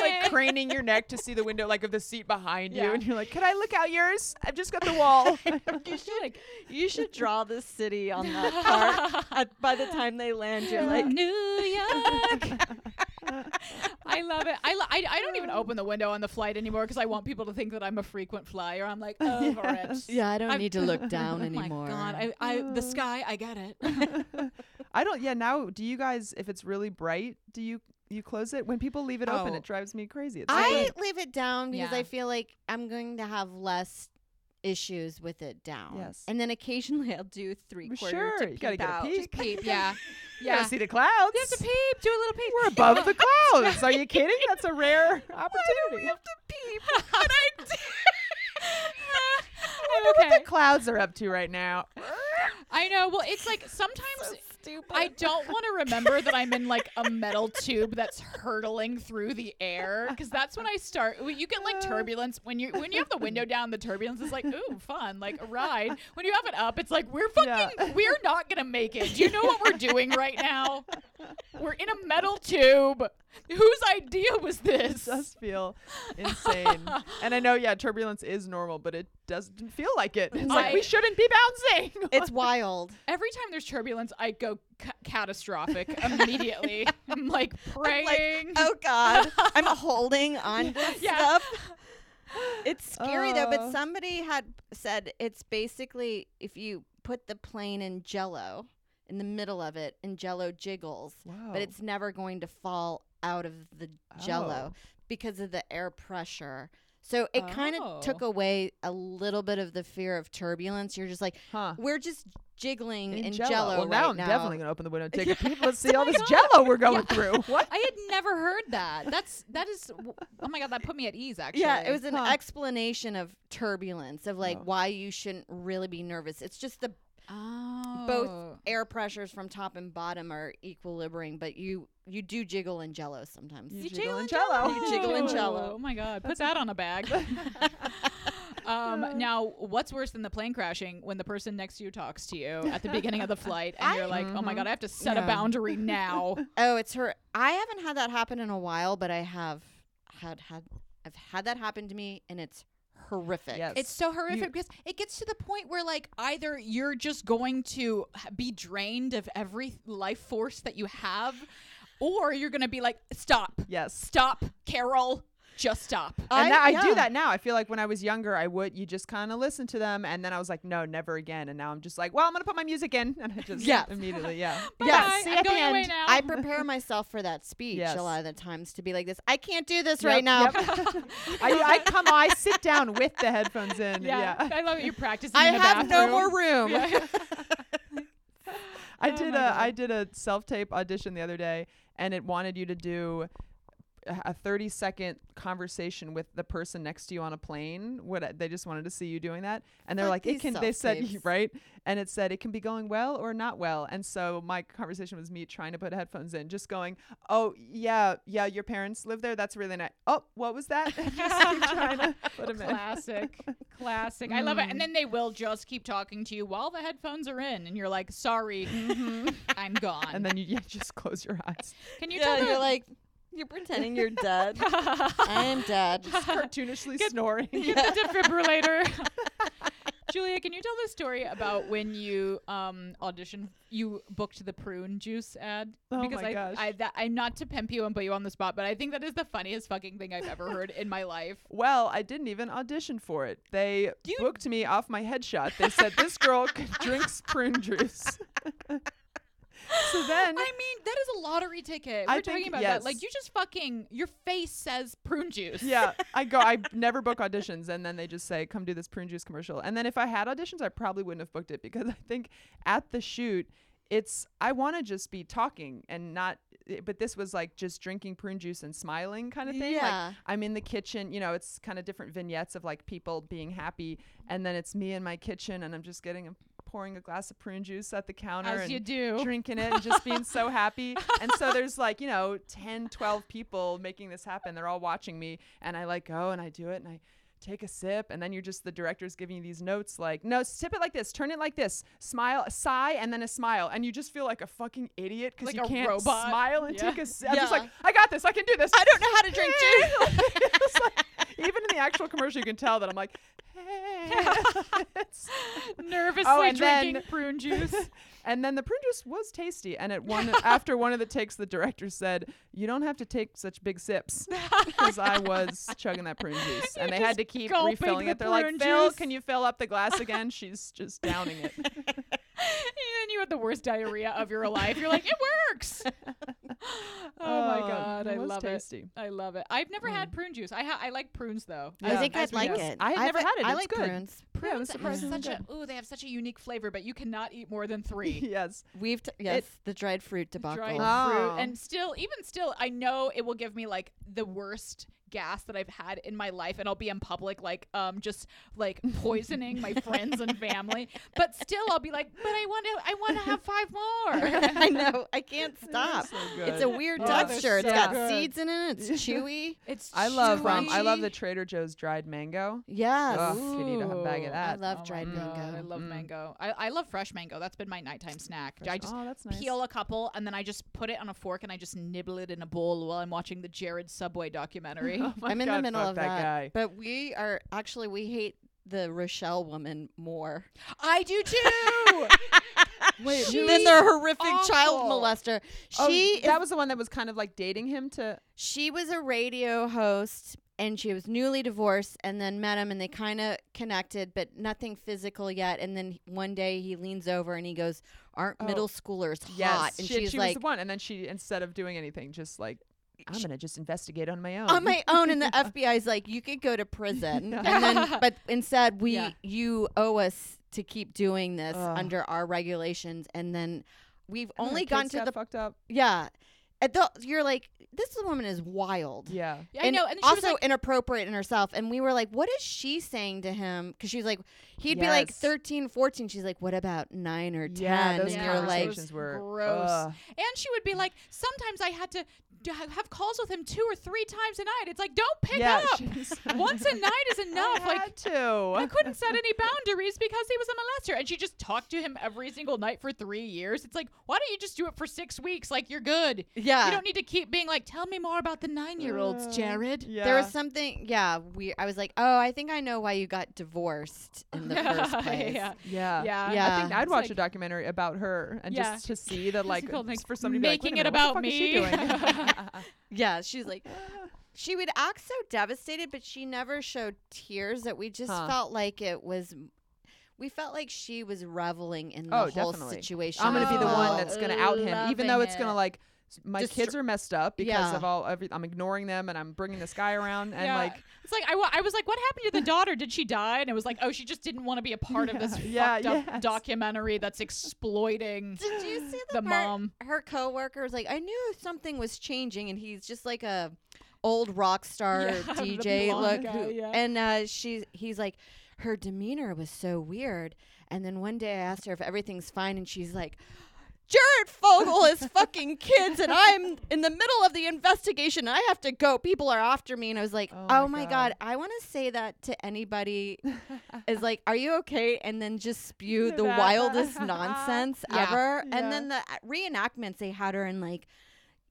Speaker 4: like
Speaker 2: Hey.
Speaker 4: craning your neck to see the window, like of the seat behind
Speaker 2: Yeah.
Speaker 4: you, and you're like, "Can I look out yours? I've just got the
Speaker 3: [laughs]
Speaker 4: wall."
Speaker 2: You should like,
Speaker 5: You should draw this city on that
Speaker 3: [laughs]
Speaker 5: part. At- by the time they land, you're like,
Speaker 2: New York. I love it. I, lo- I, I don't even open the window on the flight anymore because I want people to think that I'm a frequent flyer. I'm like over
Speaker 3: [laughs]
Speaker 2: it.
Speaker 3: Yeah, I don't
Speaker 2: I've-
Speaker 3: need to look
Speaker 2: [laughs]
Speaker 3: down
Speaker 2: Oh my
Speaker 3: anymore. Oh.
Speaker 2: god! I, I the sky. I get
Speaker 3: [laughs]
Speaker 2: it.
Speaker 4: [laughs] I don't. Yeah. Now, do you guys, if it's really bright, do you you close it? When people leave it open,
Speaker 2: Oh.
Speaker 4: it drives me crazy. It's
Speaker 3: I
Speaker 4: like-
Speaker 3: leave it down because
Speaker 2: Yeah.
Speaker 3: I feel like I'm going to have less issues with it down.
Speaker 4: Yes.
Speaker 3: And then occasionally I'll do three
Speaker 4: Well,
Speaker 3: quarter
Speaker 4: sure,
Speaker 3: to
Speaker 4: you gotta
Speaker 3: peep
Speaker 4: get a
Speaker 3: out.
Speaker 4: peek.
Speaker 2: Peep.
Speaker 4: [laughs]
Speaker 2: Yeah.
Speaker 4: You gotta
Speaker 2: Yeah.
Speaker 4: see the clouds.
Speaker 2: You have to peep. Do a little peep.
Speaker 4: We're above
Speaker 3: [laughs]
Speaker 4: the clouds. Are you kidding? That's a rare opportunity.
Speaker 2: peep. But I did.
Speaker 4: Look
Speaker 2: I'm okay.
Speaker 4: What the clouds are up to right
Speaker 3: [laughs]
Speaker 4: now.
Speaker 2: [laughs] I know. Well, it's like sometimes I don't want to remember that I'm in like a metal tube that's hurtling through the air because that's when I start. when You get like turbulence when you when you have the window down. The turbulence is like ooh fun, like a ride. When you have it up, it's like we're
Speaker 4: Yeah.
Speaker 2: fucking we're not gonna make it. Do you know what we're doing right now? We're in a metal tube. Whose idea was this?
Speaker 4: does feel insane. and I know, yeah, turbulence is normal, but it doesn't feel like it. It's like
Speaker 2: I-
Speaker 4: we shouldn't be bouncing. [laughs]
Speaker 3: It's wild.
Speaker 2: Every time there's turbulence, I go ca-
Speaker 3: [laughs]
Speaker 2: catastrophic immediately. I'm like praying.
Speaker 5: oh God, I'm
Speaker 4: [laughs]
Speaker 5: holding on to
Speaker 2: Yeah.
Speaker 5: stuff.
Speaker 3: It's scary though,
Speaker 4: Oh.
Speaker 3: but somebody had said it's basically if you put the plane in jello in the middle of it and jello jiggles,
Speaker 4: Wow.
Speaker 3: [laughs]
Speaker 4: Oh.
Speaker 3: but it's never going to fall out of the jello because of the air pressure. So it kind
Speaker 2: Oh.
Speaker 3: of took away a little bit of the fear of turbulence. You're just like,
Speaker 4: Huh.
Speaker 3: we're just jiggling in,
Speaker 4: Jell-O.
Speaker 3: jello,
Speaker 4: Uh. Well,
Speaker 3: right
Speaker 4: now
Speaker 3: now.
Speaker 4: I'm definitely gonna open the window and take a
Speaker 3: [laughs]
Speaker 4: peek. Let's see all this jello we're going through. What?
Speaker 2: I had never heard that. That's that is. Oh my god, that put me at ease. Actually,
Speaker 3: Yeah, it was an
Speaker 4: Huh.
Speaker 3: explanation of turbulence of like
Speaker 4: Oh.
Speaker 3: why you shouldn't really be nervous. It's just the
Speaker 2: oh.
Speaker 3: both air pressures from top and bottom are equilibrating, but you you do jiggle and jello sometimes.
Speaker 4: You
Speaker 2: You
Speaker 4: jiggle
Speaker 2: jiggle
Speaker 4: and
Speaker 2: and
Speaker 4: jello.
Speaker 3: You [laughs] jiggle and jello.
Speaker 2: Oh my god, put that on a
Speaker 3: [laughs]
Speaker 2: bag. [laughs] um, now, what's worse than the plane crashing when the person next to you talks to you at the beginning
Speaker 3: [laughs]
Speaker 2: of the flight and you're like, oh my god, I have to set a
Speaker 3: Yeah. [laughs]
Speaker 2: boundary now.
Speaker 3: Oh, it's her. I haven't had that happen in a while, but I have had had I've had that happen to me, and it's horrific.
Speaker 4: Yes.
Speaker 2: It's so horrific because it gets to the point where, like, either you're just going to h- be drained of every life force that you have, or you're going to be like, stop,
Speaker 4: Yes.
Speaker 2: stop, Carol, just stop.
Speaker 4: And now I
Speaker 3: yeah.
Speaker 4: do that now. I feel like when I was younger, I would you just kind of listen to them, and then I was like, no, never again. And now I'm just like, well, I'm gonna put my music in, [laughs] and I just
Speaker 3: Yeah.
Speaker 4: immediately, yeah,
Speaker 3: Yes.
Speaker 2: Bye,
Speaker 4: See you
Speaker 2: I'm
Speaker 4: at the
Speaker 2: going away
Speaker 4: end.
Speaker 2: now.
Speaker 3: I prepare myself for that speech
Speaker 4: Yes.
Speaker 3: a lot of the times to be like this. I can't do this
Speaker 4: Yep,
Speaker 3: [laughs] right now. [laughs]
Speaker 4: yep. I, I come, I sit down with the headphones in.
Speaker 2: yeah,
Speaker 4: yeah.
Speaker 2: [laughs] I love it. You're practicing.
Speaker 3: I
Speaker 2: in the
Speaker 3: have no
Speaker 2: bathroom. [laughs]
Speaker 3: more room.
Speaker 4: I
Speaker 2: Oh
Speaker 4: did
Speaker 2: my
Speaker 4: a I
Speaker 2: God.
Speaker 4: did a self tape audition the other day, and it wanted you to do a a 30 second conversation with the person next to you on a plane what uh, they just wanted to see you doing that and they're
Speaker 3: Fuck
Speaker 4: like it
Speaker 3: these
Speaker 4: can they said [laughs]
Speaker 3: self-tapes.
Speaker 4: right and it said it can be going well or not well and so my conversation was me trying to put headphones in just going oh yeah yeah your parents live there that's really nice oh what was that [laughs] just keep
Speaker 3: [laughs]
Speaker 4: trying to put 'em in. Mm.
Speaker 2: Classic. Classic. I love it. And then they will just keep talking to you while the headphones are in, and you're like, sorry, [laughs] I'm gone.
Speaker 4: Mm-hmm. and then you yeah, just close your
Speaker 3: [laughs]
Speaker 4: eyes
Speaker 2: Can you
Speaker 5: yeah,
Speaker 2: tell
Speaker 5: you're
Speaker 2: the-
Speaker 5: like you're pretending you're dead.
Speaker 2: [laughs]
Speaker 3: I'm dead.
Speaker 4: cartoonishly
Speaker 3: [laughs]
Speaker 4: snoring
Speaker 2: Get
Speaker 4: [laughs]
Speaker 2: the defibrillator. [laughs] Julia, can you tell the story about when you um, auditioned? You booked the prune juice ad
Speaker 4: Oh
Speaker 2: because
Speaker 4: my
Speaker 2: I,
Speaker 4: gosh.
Speaker 2: I that, I'm not to pimp you and put you on the spot, but I think that is the funniest fucking thing I've ever heard in my life.
Speaker 4: Well, I didn't even audition for it. They
Speaker 2: You-
Speaker 4: booked me off my headshot. They said this girl c-
Speaker 2: [laughs]
Speaker 4: drinks prune juice. [laughs] so then,
Speaker 2: I mean, that is a lottery ticket. We're
Speaker 4: I
Speaker 2: talking
Speaker 4: think-
Speaker 2: about that.
Speaker 4: yes.
Speaker 2: Like you just fucking your face says prune juice.
Speaker 4: yeah, I go.
Speaker 2: [laughs]
Speaker 4: I never book auditions, and then they just say, "Come do this prune juice commercial." And then if I had auditions, I probably wouldn't have booked it because [laughs] I think at the shoot, it's I want to just be talking and not. eh, But this was like just drinking prune juice and smiling kind of thing. Like
Speaker 3: Yeah.
Speaker 4: I'm in the kitchen, you know, it's kind of different vignettes of like people being happy and then it's me in my kitchen and I'm just getting a pouring a glass of prune juice at the counter
Speaker 2: As
Speaker 4: and
Speaker 2: you do.
Speaker 4: drinking it and just being
Speaker 3: [laughs]
Speaker 4: so happy. And so there's like, you know, 10, 12 people making this happen. They're all watching me and I like go and I do it and I take a sip and then you're just the director's giving you these notes like no sip it like this turn it like this smile sigh and then a smile and you just feel like a fucking idiot because
Speaker 2: Like
Speaker 4: you
Speaker 2: a
Speaker 4: can't
Speaker 2: robot.
Speaker 4: smile and
Speaker 2: Yeah.
Speaker 4: take a sip i'm just
Speaker 3: Yeah.
Speaker 4: like i got this i can do this
Speaker 3: I don't know how to drink juice.
Speaker 4: It's [laughs] like- even in the actual commercial, you can tell that I'm
Speaker 3: [laughs]
Speaker 4: like, hey. [laughs] It's-
Speaker 2: [laughs] Nervously
Speaker 4: Oh, and
Speaker 2: drinking
Speaker 4: then- [laughs]
Speaker 2: prune juice.
Speaker 4: and then the prune juice was tasty. And
Speaker 2: [laughs]
Speaker 4: at one after one of the takes, the director said, "You don't have to take such
Speaker 2: [laughs]
Speaker 4: big sips," because I was chugging that prune juice, and
Speaker 2: You're
Speaker 4: they had
Speaker 2: just
Speaker 4: to keep
Speaker 2: gulping
Speaker 4: refilling
Speaker 2: the
Speaker 4: it. They're like,
Speaker 2: prune
Speaker 4: "Phil,
Speaker 2: juice."
Speaker 4: can you fill up the glass again?"
Speaker 2: [laughs]
Speaker 4: She's just downing it.
Speaker 2: and then you had the worst diarrhea of your life. You're like, it
Speaker 4: [laughs]
Speaker 2: works. [laughs] oh my god,
Speaker 4: it
Speaker 2: I
Speaker 4: was
Speaker 2: love
Speaker 4: tasty.
Speaker 2: it. I love it. I've never had prune juice. I ha- I like prunes though.
Speaker 4: Yeah.
Speaker 3: I think
Speaker 2: As
Speaker 3: I'd
Speaker 2: we
Speaker 3: like
Speaker 2: know.
Speaker 3: it.
Speaker 4: I had
Speaker 3: I've-
Speaker 4: never had it.
Speaker 3: I
Speaker 4: It's
Speaker 3: like
Speaker 4: good.
Speaker 3: prunes.
Speaker 2: Prunes
Speaker 4: it
Speaker 2: are
Speaker 4: was
Speaker 2: such a
Speaker 4: [laughs] good.
Speaker 2: ooh, they have such a unique flavor, but you cannot eat more than
Speaker 4: [laughs]
Speaker 2: three.
Speaker 4: yes.
Speaker 3: We've t- yes, the dried fruit debacle.
Speaker 2: Dried
Speaker 4: Oh.
Speaker 2: fruit,
Speaker 3: [laughs]
Speaker 2: and still, even still, I know it will give me like the worst gas that I've had in my life, and I'll be in public, like um, just like poisoning my friends and family. But still, I'll be like, but I want to, I want to have five more.
Speaker 3: Oh. [laughs] I know. I can't stop.
Speaker 4: So
Speaker 3: It's
Speaker 4: good.
Speaker 3: a weird
Speaker 4: Yeah, they're
Speaker 3: texture. It's
Speaker 4: so
Speaker 3: got
Speaker 4: good.
Speaker 3: seeds in it. It's chewy.
Speaker 2: It's
Speaker 4: I love um, I love
Speaker 2: chewy.
Speaker 4: the Trader Joe's dried mango.
Speaker 3: Yes.
Speaker 4: Ugh, could eat a whole bag
Speaker 2: Ooh,
Speaker 4: of
Speaker 2: I
Speaker 3: I
Speaker 4: that.
Speaker 3: love
Speaker 2: Oh my
Speaker 3: dried
Speaker 2: God,
Speaker 3: mango.
Speaker 2: I love
Speaker 4: Mm.
Speaker 2: mango. I, I love fresh mango. That's been my nighttime snack. I just
Speaker 4: oh, that's nice.
Speaker 2: peel a couple and then I just put it on a fork and I just nibble it in a bowl while I'm watching the Jared Subway
Speaker 4: [laughs]
Speaker 2: documentary. [laughs]
Speaker 4: [laughs] Oh my
Speaker 3: I'm in the
Speaker 4: God,
Speaker 3: middle
Speaker 4: fuck
Speaker 3: of
Speaker 4: that,
Speaker 3: that.
Speaker 4: guy.
Speaker 3: But we are actually we hate the Rochelle woman more
Speaker 2: I do too. Wait,
Speaker 3: than the horrific
Speaker 2: awful.
Speaker 3: child molester.
Speaker 4: Oh,
Speaker 3: She is
Speaker 4: that was the one that was kind of like dating him to
Speaker 3: she was a radio host and she was newly divorced and then met him and they kind of connected but nothing physical yet and then one day he leans over and he goes aren't
Speaker 4: Oh.
Speaker 3: middle schoolers hot and
Speaker 4: she,
Speaker 3: she's
Speaker 4: she was
Speaker 3: like
Speaker 4: the one and then she instead of doing anything just like i'm gonna just investigate on my own
Speaker 3: on my own and
Speaker 4: [laughs]
Speaker 3: the FBI's like you could go to prison and then but instead we
Speaker 2: Yeah.
Speaker 3: you owe us to keep doing this
Speaker 4: Ugh.
Speaker 3: under our regulations and then we've
Speaker 4: And then
Speaker 3: [laughs] only
Speaker 4: her
Speaker 3: gotten
Speaker 4: kids
Speaker 3: to
Speaker 4: got
Speaker 3: the
Speaker 4: fucked up
Speaker 3: yeah At the- you're like this woman is wild
Speaker 4: yeah
Speaker 2: Yeah, I know. And then she was
Speaker 3: also
Speaker 2: like,
Speaker 3: inappropriate in herself. And we were like, what is she saying to him? Because she was like, he'd be like
Speaker 4: Yes.
Speaker 3: 13, 14. She's like, what about nine or 10?
Speaker 4: yeah those
Speaker 3: and
Speaker 2: Yeah.
Speaker 3: you're like,
Speaker 4: conversations were
Speaker 2: gross.
Speaker 4: ugh.
Speaker 2: and she would be like, sometimes I had to d- ha- have calls with him two or three times a night. It's like, don't pick
Speaker 4: yeah [laughs]
Speaker 2: up.
Speaker 4: she's-
Speaker 2: Once a night is
Speaker 4: I
Speaker 2: enough. like
Speaker 4: had to [laughs]
Speaker 2: I couldn't set any boundaries because he was a molester. And she just talked to him every single night for three years. It's like, why don't you just do it for six weeks? Like, you're good.
Speaker 3: yeah.
Speaker 2: You don't need to keep being like, tell me more about the nine year olds,
Speaker 4: Uh,
Speaker 2: Jared. [laughs]
Speaker 4: yeah.
Speaker 3: There was something, yeah, we, I was like, oh, I think I know why you got divorced
Speaker 2: [laughs]
Speaker 3: in the first place.
Speaker 2: yeah.
Speaker 4: yeah
Speaker 2: Yeah.
Speaker 4: I
Speaker 3: Yeah.
Speaker 4: think I'd
Speaker 2: It's
Speaker 4: watch
Speaker 2: like-
Speaker 4: a documentary about her and
Speaker 2: Yeah.
Speaker 4: just to
Speaker 2: [laughs]
Speaker 4: see that, like,
Speaker 2: called, like,
Speaker 4: just for somebody to be like, "Wait
Speaker 2: making
Speaker 4: a
Speaker 2: it
Speaker 4: minute, what
Speaker 2: about
Speaker 4: the
Speaker 2: [laughs]
Speaker 4: [laughs] fuck is
Speaker 3: Yeah,
Speaker 4: [laughs]
Speaker 3: she's like, she would act so devastated, but she never showed tears that we just
Speaker 4: Huh.
Speaker 3: felt like it was. We felt like she was reveling in the
Speaker 4: Oh,
Speaker 3: whole
Speaker 4: definitely.
Speaker 3: situation.
Speaker 4: I'm gonna be the
Speaker 3: Oh.
Speaker 4: one that's gonna out him, even though
Speaker 2: loving
Speaker 4: it's gonna
Speaker 2: it.
Speaker 4: like s- my
Speaker 3: Destr-
Speaker 4: kids are messed up because
Speaker 3: Yeah.
Speaker 4: of all every. I'm ignoring them and I'm bringing this guy around and
Speaker 2: Yeah.
Speaker 4: like
Speaker 2: it's like I, wa- I was like, what happened to the daughter? Did she die? And it was like, oh, she just didn't want to be a part of this
Speaker 4: [laughs] Yeah,
Speaker 2: fucked
Speaker 4: yeah,
Speaker 2: up
Speaker 4: yes.
Speaker 2: documentary that's exploiting
Speaker 3: Did you see
Speaker 2: the
Speaker 3: the, part-
Speaker 2: mom.
Speaker 3: Her coworker was like, I knew something was changing, and he's just like a old rock star
Speaker 5: Yeah, the
Speaker 3: DJ look,
Speaker 5: blonde
Speaker 3: who-
Speaker 5: guy, yeah.
Speaker 3: and uh, she's he's like, her demeanor was so weird. And then one day I asked her if everything's fine, and she's like. Jared Fogle is fucking kids, and I'm in the middle of the investigation. And I have to go. People are after me, and I was like, "Oh,
Speaker 4: Oh my
Speaker 3: my god.
Speaker 4: God.
Speaker 3: I want to say that to anybody." is like, "Are you okay?" And then just spew the
Speaker 4: That-
Speaker 3: wildest nonsense
Speaker 2: Yeah.
Speaker 3: ever.
Speaker 4: Yeah.
Speaker 3: And then the uh, reenactments they had her in like,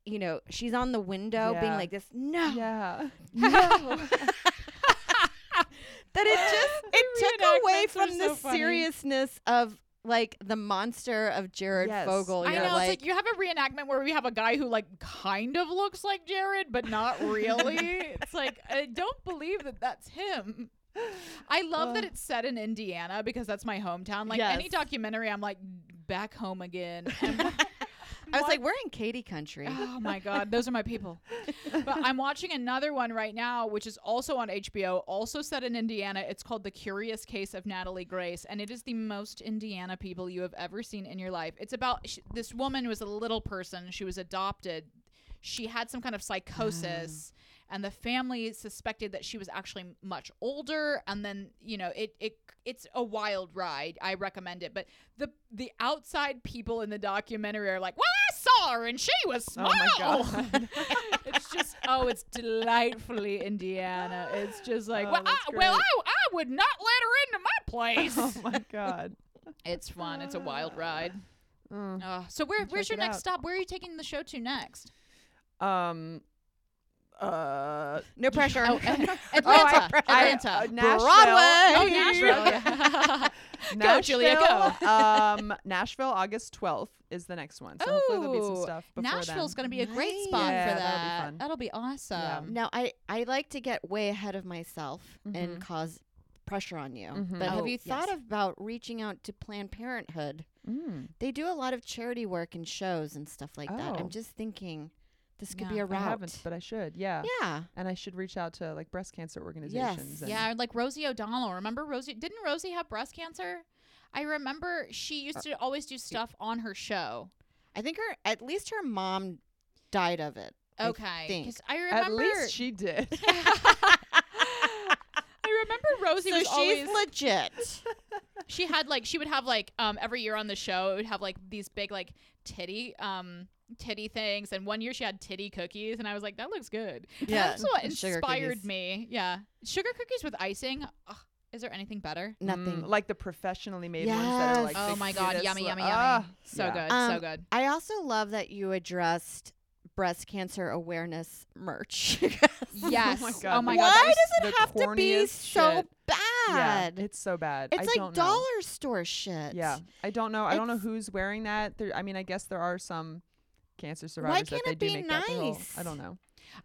Speaker 3: you know, she's on the window being
Speaker 4: Yeah.
Speaker 3: like this.
Speaker 2: [laughs]
Speaker 3: No,
Speaker 4: yeah.
Speaker 3: that [laughs] it just it took
Speaker 5: reenactments
Speaker 3: away
Speaker 5: are
Speaker 3: from the
Speaker 5: so funny.
Speaker 3: seriousness of like the monster of Jared
Speaker 4: Yes.
Speaker 3: Fogle.
Speaker 2: I
Speaker 3: You're
Speaker 2: know.
Speaker 3: Like,
Speaker 2: it's like you have a reenactment where we have a guy who like kind of looks like Jared, but not [laughs] really. it's like I don't believe that that's him. I love that it's set in Indiana because that's my hometown. Like any
Speaker 5: Yes.
Speaker 2: documentary, I'm like back home
Speaker 4: [laughs]
Speaker 2: again. And
Speaker 3: I was like, we're in Katie country.
Speaker 2: Oh my God, those are my people. But I'm watching another one right now, which is also on HBO, also set in Indiana. It's called The Curious Case of Natalie Grace, and it is the most Indiana people you have ever seen in your life. It's about sh- this woman was a little person, she was adopted, she had some kind of psychosis.
Speaker 4: Mm.
Speaker 2: And the family suspected that she was actually much older, and then you know it it it's a wild ride. I recommend it, but the the outside people in the documentary are like, "Well, I saw her, and she was small."
Speaker 4: Oh my
Speaker 2: [laughs]
Speaker 4: God.
Speaker 2: it's just oh, it's delightfully Indiana. It's just like
Speaker 4: Oh,
Speaker 2: well, I,
Speaker 4: that's
Speaker 2: well,
Speaker 4: great.
Speaker 2: I, I would not let her into my
Speaker 4: oh
Speaker 2: place.
Speaker 4: [laughs] my god.
Speaker 2: [laughs] it's fun. It's a wild ride.
Speaker 4: Mm.
Speaker 2: Uh, so where where's
Speaker 4: check
Speaker 2: your
Speaker 4: it
Speaker 2: next
Speaker 4: out.
Speaker 2: stop? Where are you taking the show to next?
Speaker 4: Um. Uh.
Speaker 3: [laughs] No pressure.
Speaker 2: Oh, Atlanta. Atlanta.
Speaker 4: [laughs] I, uh, Nashville.
Speaker 3: Broadway.
Speaker 2: oh, [laughs] Nashville. Go, Julia,
Speaker 4: Nashville, um, Nashville, August 12th is the next one. So hopefully there'll be
Speaker 2: Ooh,
Speaker 4: some stuff before
Speaker 2: Nashville's
Speaker 4: then.
Speaker 2: going to be a great spot
Speaker 4: Nice.
Speaker 2: for
Speaker 4: Yeah, that'll be
Speaker 2: that.
Speaker 4: fun.
Speaker 2: That'll be, awesome.
Speaker 3: Now, I, I like to get way ahead of myself and cause pressure on you.
Speaker 4: Mhm.
Speaker 3: But
Speaker 2: Oh,
Speaker 3: have you thought
Speaker 2: yes.
Speaker 3: about reaching out to Planned Parenthood?
Speaker 4: Mm.
Speaker 3: They do a lot of charity work and shows and stuff like that.
Speaker 4: Oh.
Speaker 3: I'm just thinking this could be
Speaker 2: Yeah,
Speaker 3: a
Speaker 4: I
Speaker 3: route.
Speaker 4: haven't, but I should. Yeah.
Speaker 3: yeah.
Speaker 4: And I should reach out to like breast cancer organizations. and-
Speaker 2: Yeah, like Rosie O'Donnell. Remember Rosie? Didn't Rosie have breast cancer? I remember she used to always do stuff on her show.
Speaker 3: I think her at least her mom died of it. I
Speaker 2: Okay,
Speaker 3: think. [laughs]
Speaker 2: because I,
Speaker 4: At
Speaker 2: remember.
Speaker 4: least she did.
Speaker 2: [laughs] I remember Rosie
Speaker 3: so
Speaker 2: was
Speaker 3: she's
Speaker 2: always
Speaker 3: legit.
Speaker 2: [laughs] she had like she would have like um every year on the show it would have like these big like titty um titty things and one year she had titty cookies and I was like that looks good. And
Speaker 3: Yeah,
Speaker 2: that's what
Speaker 3: and sugar
Speaker 2: inspired
Speaker 3: cookies.
Speaker 2: me. Yeah, sugar cookies with icing. Ugh, is there anything better?
Speaker 3: Nothing.
Speaker 4: Mm, like the professionally made ones that are
Speaker 3: Yes.
Speaker 4: like.
Speaker 2: oh
Speaker 4: the
Speaker 2: my god,
Speaker 4: cutest
Speaker 2: yummy,
Speaker 4: li-
Speaker 2: yummy, yummy.
Speaker 4: Ah,
Speaker 2: so
Speaker 4: yeah.
Speaker 2: good, so
Speaker 3: Um, [laughs]
Speaker 2: good.
Speaker 3: I also love that you addressed breast cancer awareness merch. [laughs] 'Cause
Speaker 2: Yes.
Speaker 4: my
Speaker 2: Oh
Speaker 4: God,
Speaker 2: my
Speaker 4: that
Speaker 2: god.
Speaker 3: Why
Speaker 2: that was-
Speaker 3: does it
Speaker 4: the
Speaker 3: have to be
Speaker 4: corniest
Speaker 3: so
Speaker 4: shit.
Speaker 3: bad?
Speaker 4: Yeah,
Speaker 3: it's
Speaker 4: it's so bad. I
Speaker 3: like
Speaker 4: don't know.
Speaker 3: dollar store shit.
Speaker 4: Yeah, I don't know. I don't know
Speaker 3: It's-
Speaker 4: who's wearing that. There, I mean, I guess there are some cancer survivors that
Speaker 3: can't
Speaker 4: they
Speaker 3: it
Speaker 4: do
Speaker 3: be
Speaker 4: make that their whole-
Speaker 3: nice?
Speaker 4: I don't know.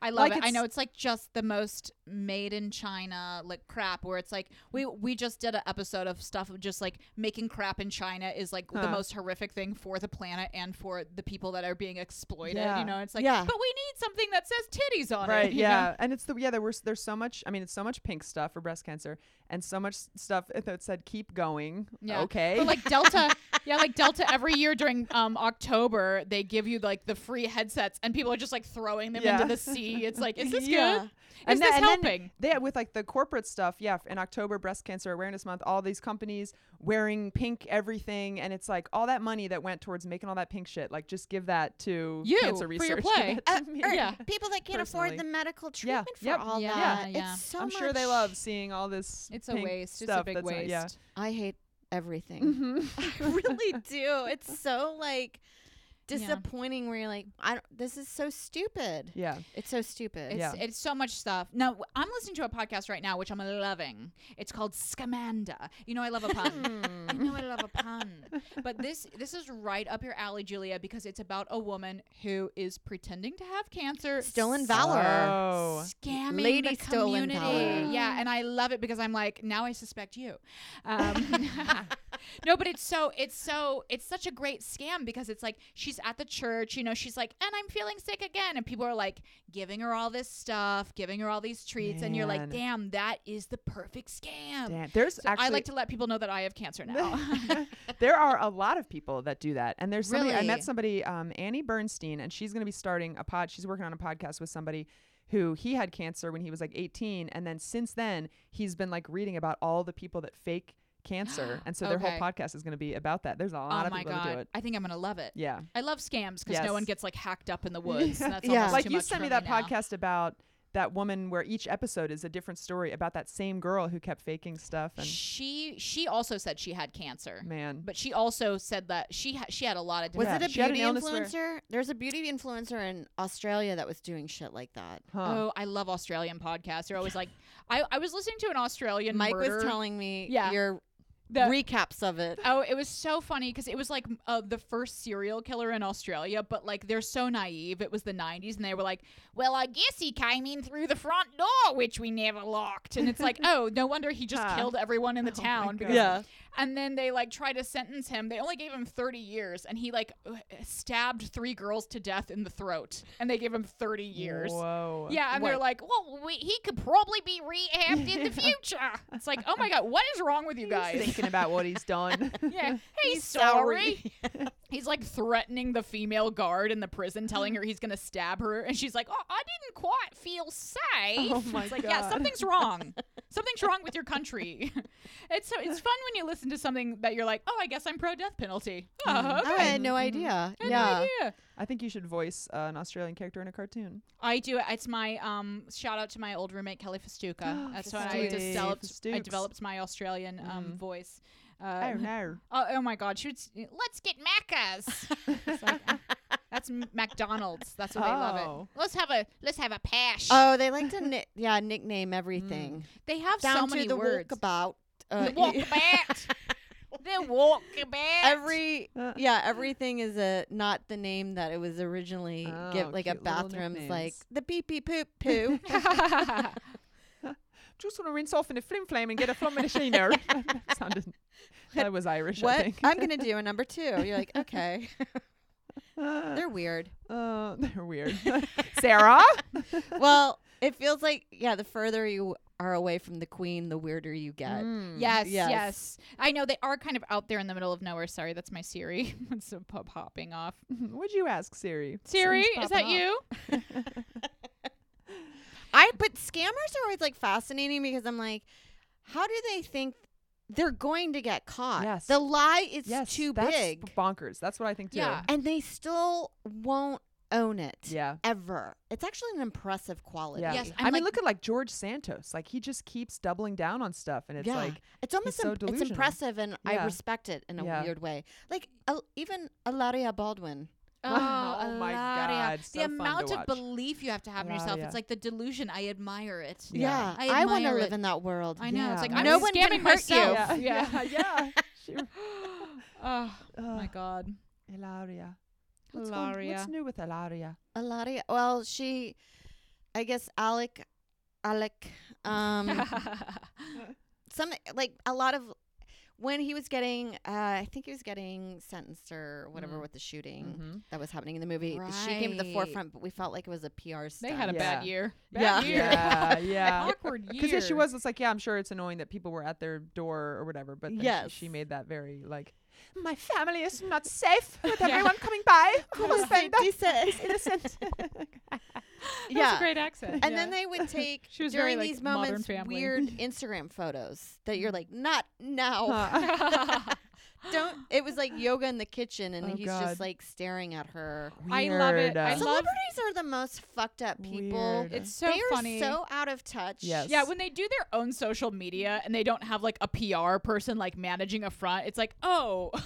Speaker 2: I love
Speaker 4: like
Speaker 2: it. I
Speaker 4: it's-
Speaker 2: know it's like just the most made in China like crap where it's like we we just did an episode of stuff of just like making crap in China is like the
Speaker 4: Huh.
Speaker 2: most horrific thing for the planet and for the people that are being exploited.
Speaker 4: Yeah.
Speaker 2: You know, it's like
Speaker 3: Yeah.
Speaker 2: but we need something that says titties on it. [laughs]
Speaker 4: right
Speaker 2: you know?
Speaker 4: yeah and it's the yeah there was there's so much i mean it's so much pink stuff for breast cancer and so much s- stuff [laughs] that said keep going
Speaker 2: Yeah.
Speaker 4: okay
Speaker 2: But like
Speaker 4: [laughs]
Speaker 2: Delta, yeah, like Delta every year during um, October, they give you like the free headsets and people are just like throwing them
Speaker 4: Yeah.
Speaker 2: into the sea. It's like, is this
Speaker 4: [laughs] Yeah.
Speaker 2: good?
Speaker 3: [laughs]
Speaker 2: Is
Speaker 4: And
Speaker 2: this
Speaker 4: then- and then-
Speaker 2: helping?
Speaker 4: they with like the corporate stuff yeah f- in october breast cancer awareness month all these companies wearing pink everything and it's like all that money that went towards making all that pink shit like just give that to
Speaker 2: You,
Speaker 4: cancer
Speaker 2: for your
Speaker 4: research
Speaker 2: play. Uh,
Speaker 4: Give [laughs] that to me.
Speaker 3: Uh, or
Speaker 2: Yeah.
Speaker 3: People that can't
Speaker 4: Personally.
Speaker 3: afford the medical
Speaker 4: Yeah,
Speaker 3: treatment for
Speaker 4: yep,
Speaker 3: all
Speaker 2: yeah,
Speaker 3: that.
Speaker 2: yeah.
Speaker 3: It's so
Speaker 4: i'm sure they
Speaker 3: much-
Speaker 4: love seeing all this
Speaker 2: It's a
Speaker 4: pink
Speaker 2: waste. It's a
Speaker 4: stuff
Speaker 2: big
Speaker 4: that's not- yeah. Mm-hmm.
Speaker 2: waste.
Speaker 3: I hate everything. [laughs] I really do. It's so like
Speaker 2: Yeah.
Speaker 3: disappointing where you're like, I don't, this is so stupid.
Speaker 4: [laughs] yeah
Speaker 3: It's so stupid.
Speaker 2: It's it's so much stuff. Now w- I'm listening to a podcast right now which I'm loving. It's called Scamanda. You know I love a
Speaker 4: [laughs]
Speaker 2: pun. I know I love a pun. But this this is right up your alley, Julia, because it's about a woman who is pretending to have cancer,
Speaker 3: Still in
Speaker 2: s-
Speaker 3: valor.
Speaker 4: oh
Speaker 2: scamming
Speaker 3: Lady
Speaker 2: the
Speaker 3: still in
Speaker 2: community.
Speaker 3: power.
Speaker 2: Yeah, and I love it because I'm like, now I suspect you.
Speaker 4: [laughs]
Speaker 2: Um, [laughs] no, but it's so it's so it's such a great scam because it's like she's at the church, you know, she's like, and I'm feeling sick again, and people are like giving her all this stuff, giving her all these treats, and you're like,
Speaker 4: Man.
Speaker 2: damn, that is the perfect scam.
Speaker 4: damn there's
Speaker 2: So
Speaker 4: actually
Speaker 2: I like to let people know that I have cancer now.
Speaker 4: there are a lot of people that do that. And there's somebody I
Speaker 3: Really?
Speaker 4: met somebody, um, Annie Bernstein, and she's going to be starting a pod. She's working on a podcast with somebody who he had cancer when he was like 18 and then since then he's been like reading about all the people that fake
Speaker 2: [gasps]
Speaker 4: cancer and so their
Speaker 2: Okay.
Speaker 4: whole podcast is going to be about that there's [laughs] a
Speaker 2: [laughs]
Speaker 4: lot
Speaker 2: oh
Speaker 4: of
Speaker 2: my
Speaker 4: people that do
Speaker 2: god!
Speaker 4: it
Speaker 2: I think I'm gonna love it.
Speaker 4: yeah
Speaker 2: I love scams because
Speaker 4: Yes.
Speaker 2: no one gets like hacked up in the
Speaker 4: [laughs]
Speaker 2: woods. and that's
Speaker 3: Yeah.
Speaker 2: almost
Speaker 4: like
Speaker 2: too
Speaker 4: you
Speaker 2: much
Speaker 4: sent
Speaker 2: for
Speaker 4: me that
Speaker 2: now.
Speaker 4: podcast about that woman where each episode is a different story about that same girl who kept faking stuff and
Speaker 2: She she also said she had cancer,
Speaker 4: man
Speaker 2: but she also said that she ha- she had a lot of
Speaker 3: Was
Speaker 2: different.
Speaker 4: Yeah,
Speaker 3: it a
Speaker 4: she had an
Speaker 3: beauty
Speaker 4: illness where-
Speaker 3: influencer? There's a beauty influencer in Australia that was doing shit like that.
Speaker 4: huh.
Speaker 2: Oh, I love Australian podcasts. They're always like, I, I was listening to an Australian
Speaker 3: Mike
Speaker 2: murder.
Speaker 3: was telling me
Speaker 2: Yeah.
Speaker 3: your
Speaker 2: The-
Speaker 3: recaps
Speaker 2: [laughs]
Speaker 3: of it.
Speaker 2: Oh, it was so funny because it was like uh, the first serial killer in Australia, but like they're so naive. It was the 90s, and they were like, well, I guess he came in through the front door, which we never locked. And it's
Speaker 3: [laughs]
Speaker 2: like, oh, no wonder he just
Speaker 4: Huh.
Speaker 2: killed everyone in the
Speaker 4: Oh my
Speaker 2: town.
Speaker 4: God.
Speaker 2: because- And then they like try to sentence him. They only gave him 30 years, and he like uh, stabbed three girls to death in the throat, and they gave him 30 years.
Speaker 4: whoa
Speaker 2: Yeah, and they're
Speaker 3: Right.
Speaker 2: like, well, we, he could probably be rehabbed in the future. It's like, oh my god, what is wrong with you guys?
Speaker 4: He's thinking about what he's done
Speaker 2: [laughs]
Speaker 4: [laughs]
Speaker 2: yeah, he's, sorry. [laughs] he's like threatening the female guard in the prison, telling her he's gonna stab her, and she's like, oh, I didn't quite feel safe. [laughs]
Speaker 4: Oh my
Speaker 2: it's like, yeah,
Speaker 4: God.
Speaker 2: something's wrong. something's wrong with your country. [laughs] it's so
Speaker 4: [laughs]
Speaker 2: it's fun when you listen to something that you're like, oh, I guess I'm pro death penalty.
Speaker 4: Mm.
Speaker 2: Oh, okay.
Speaker 3: I had no idea.
Speaker 2: I had no
Speaker 3: yeah.
Speaker 2: idea.
Speaker 4: i think you should voice uh, an australian character in a cartoon
Speaker 2: I do. It's my um shout out to my old roommate Kelly
Speaker 4: [gasps]
Speaker 2: Festuca. That's when I
Speaker 4: Festuca.
Speaker 2: just developed. I
Speaker 4: Festooks.
Speaker 2: developed my Australian um
Speaker 4: Mhm.
Speaker 2: voice.
Speaker 4: I
Speaker 2: Uh,
Speaker 4: don't know.
Speaker 2: oh, oh my God! She would. s- Let's get
Speaker 4: [laughs]
Speaker 2: macas. It's like, uh, that's M- McDonald's. That's what they love
Speaker 4: Oh. Uh,
Speaker 2: it. Let's have a let's have a pash.
Speaker 3: Oh, they like to ni- yeah nickname everything
Speaker 2: they have Mm. so
Speaker 3: down
Speaker 2: many
Speaker 3: to the
Speaker 2: words.
Speaker 3: walkabout. Uh,
Speaker 2: The [laughs]
Speaker 3: [laughs]
Speaker 2: walkabout. the walkabout. [laughs]
Speaker 4: [laughs]
Speaker 3: every
Speaker 4: Uh.
Speaker 3: yeah everything is a not the name that it was originally
Speaker 4: Oh,
Speaker 3: give like a
Speaker 4: cute little
Speaker 3: bathroom's like
Speaker 4: nicknames.
Speaker 3: the beep
Speaker 4: [laughs]
Speaker 3: beep poop poo.
Speaker 2: Mm,
Speaker 4: Just want to rinse off in a flim flame and get a flum machiner. [laughs] that sounded. That was Irish, I
Speaker 3: what
Speaker 4: think. [laughs]
Speaker 3: I'm gonna do a number two. You're like okay,
Speaker 4: Uh,
Speaker 3: they're
Speaker 4: [laughs]
Speaker 3: weird.
Speaker 4: uh, they're weird. [laughs] Sarah.
Speaker 3: Well, it feels like yeah, the further you are away from the queen, the weirder you get.
Speaker 4: Mm. Hmm.
Speaker 2: Yes, yes,
Speaker 3: Yes.
Speaker 4: [laughs]
Speaker 2: I know they are kind of out there in the middle of nowhere. Sorry, that's my Siri. [laughs] it's a pop hopping off.
Speaker 4: Would you ask Siri?
Speaker 2: Siri,
Speaker 4: Siri's
Speaker 2: is that
Speaker 4: popping
Speaker 2: you?
Speaker 3: I but scammers are always like fascinating because I'm like, how do they think they're going to get caught?
Speaker 4: Yes.
Speaker 3: The lie is
Speaker 4: Yes,
Speaker 3: too
Speaker 4: that's
Speaker 3: big.
Speaker 4: Bonkers. That's what I think too.
Speaker 2: Yeah.
Speaker 3: and they still won't own it
Speaker 4: Yeah.
Speaker 3: ever. It's actually an impressive quality.
Speaker 4: Yeah.
Speaker 2: Yes,
Speaker 4: I
Speaker 2: I'm like-
Speaker 4: mean, look at like George Santos. Like he just keeps doubling down on stuff, and it's
Speaker 3: Yeah.
Speaker 4: like
Speaker 3: it's almost
Speaker 4: so
Speaker 3: im- it's
Speaker 4: delusional.
Speaker 3: impressive, and I
Speaker 4: Yeah.
Speaker 3: respect it in a
Speaker 4: Yeah.
Speaker 3: weird way. Like Al- even Alaria Baldwin.
Speaker 2: Oh,
Speaker 4: Oh my
Speaker 2: Alaria.
Speaker 4: God, so
Speaker 2: the
Speaker 4: fun to
Speaker 2: amount of
Speaker 4: watch.
Speaker 2: belief you have to have in yourself.
Speaker 4: Alaria.
Speaker 2: It's like the delusion. I admire it.
Speaker 4: Yeah.
Speaker 3: Yeah,
Speaker 2: I
Speaker 3: I, want to
Speaker 2: admire
Speaker 3: live
Speaker 2: it.
Speaker 3: in that world.
Speaker 2: I know. It's
Speaker 4: Yeah.
Speaker 2: like I'm
Speaker 3: No
Speaker 2: scamming
Speaker 3: one can hurt you.
Speaker 2: myself.
Speaker 4: oh, yeah, yeah. [laughs] yeah. She-
Speaker 2: [gasps]
Speaker 4: uh,
Speaker 2: oh my
Speaker 4: Ugh, [laughs]
Speaker 2: God.
Speaker 4: Hilaria. What's, going-
Speaker 2: Hilaria.
Speaker 4: what's new with Hilaria?
Speaker 3: Alaria. Well, she, I guess Alec, Alec, [laughs] um, some like a lot of when he was getting, uh, I think he was getting sentenced or whatever
Speaker 4: Mm.
Speaker 3: with the shooting
Speaker 4: Mhm.
Speaker 2: Mm-hmm.
Speaker 3: that was happening in the movie. She came to the
Speaker 2: Right.
Speaker 3: forefront, but we felt like it was a PR stunt.
Speaker 2: they had a
Speaker 4: Yeah.
Speaker 2: bad year.
Speaker 3: [laughs] Yeah.
Speaker 2: Bad year.
Speaker 4: Yeah, [laughs] yeah.
Speaker 2: [laughs] Awkward year.
Speaker 4: Because yeah, she was. It's like, yeah, I'm sure it's annoying that people were at their door or whatever, but then she-
Speaker 3: Yes.
Speaker 4: she, made that very like, my family is not
Speaker 2: [laughs]
Speaker 4: safe with
Speaker 2: Yeah.
Speaker 4: everyone coming
Speaker 2: [laughs]
Speaker 4: by. My
Speaker 3: It was
Speaker 4: husband
Speaker 3: like decent.
Speaker 4: is
Speaker 3: [laughs]
Speaker 4: innocent.
Speaker 2: That was
Speaker 3: yeah.
Speaker 2: a great accent.
Speaker 3: and
Speaker 2: yeah.
Speaker 3: then they would take
Speaker 2: She was very,
Speaker 3: during
Speaker 2: like,
Speaker 3: these
Speaker 2: Modern
Speaker 3: moments
Speaker 2: Family. [laughs]
Speaker 3: weird Instagram photos that you're like, not now.
Speaker 4: Huh.
Speaker 3: [laughs]
Speaker 2: [laughs]
Speaker 3: Don't. It was like yoga in the kitchen, and
Speaker 4: Oh,
Speaker 3: he's
Speaker 4: God.
Speaker 3: just like staring at her.
Speaker 2: I love it.
Speaker 4: Weird.
Speaker 2: I love-
Speaker 3: Celebrities are the most fucked up [laughs] people.
Speaker 4: Weird.
Speaker 2: it's so
Speaker 3: they are
Speaker 2: funny.
Speaker 3: so out of touch.
Speaker 4: Yes.
Speaker 2: Yeah, when they do their own social media and they don't have like a PR person like managing a front, it's like, oh, [laughs] you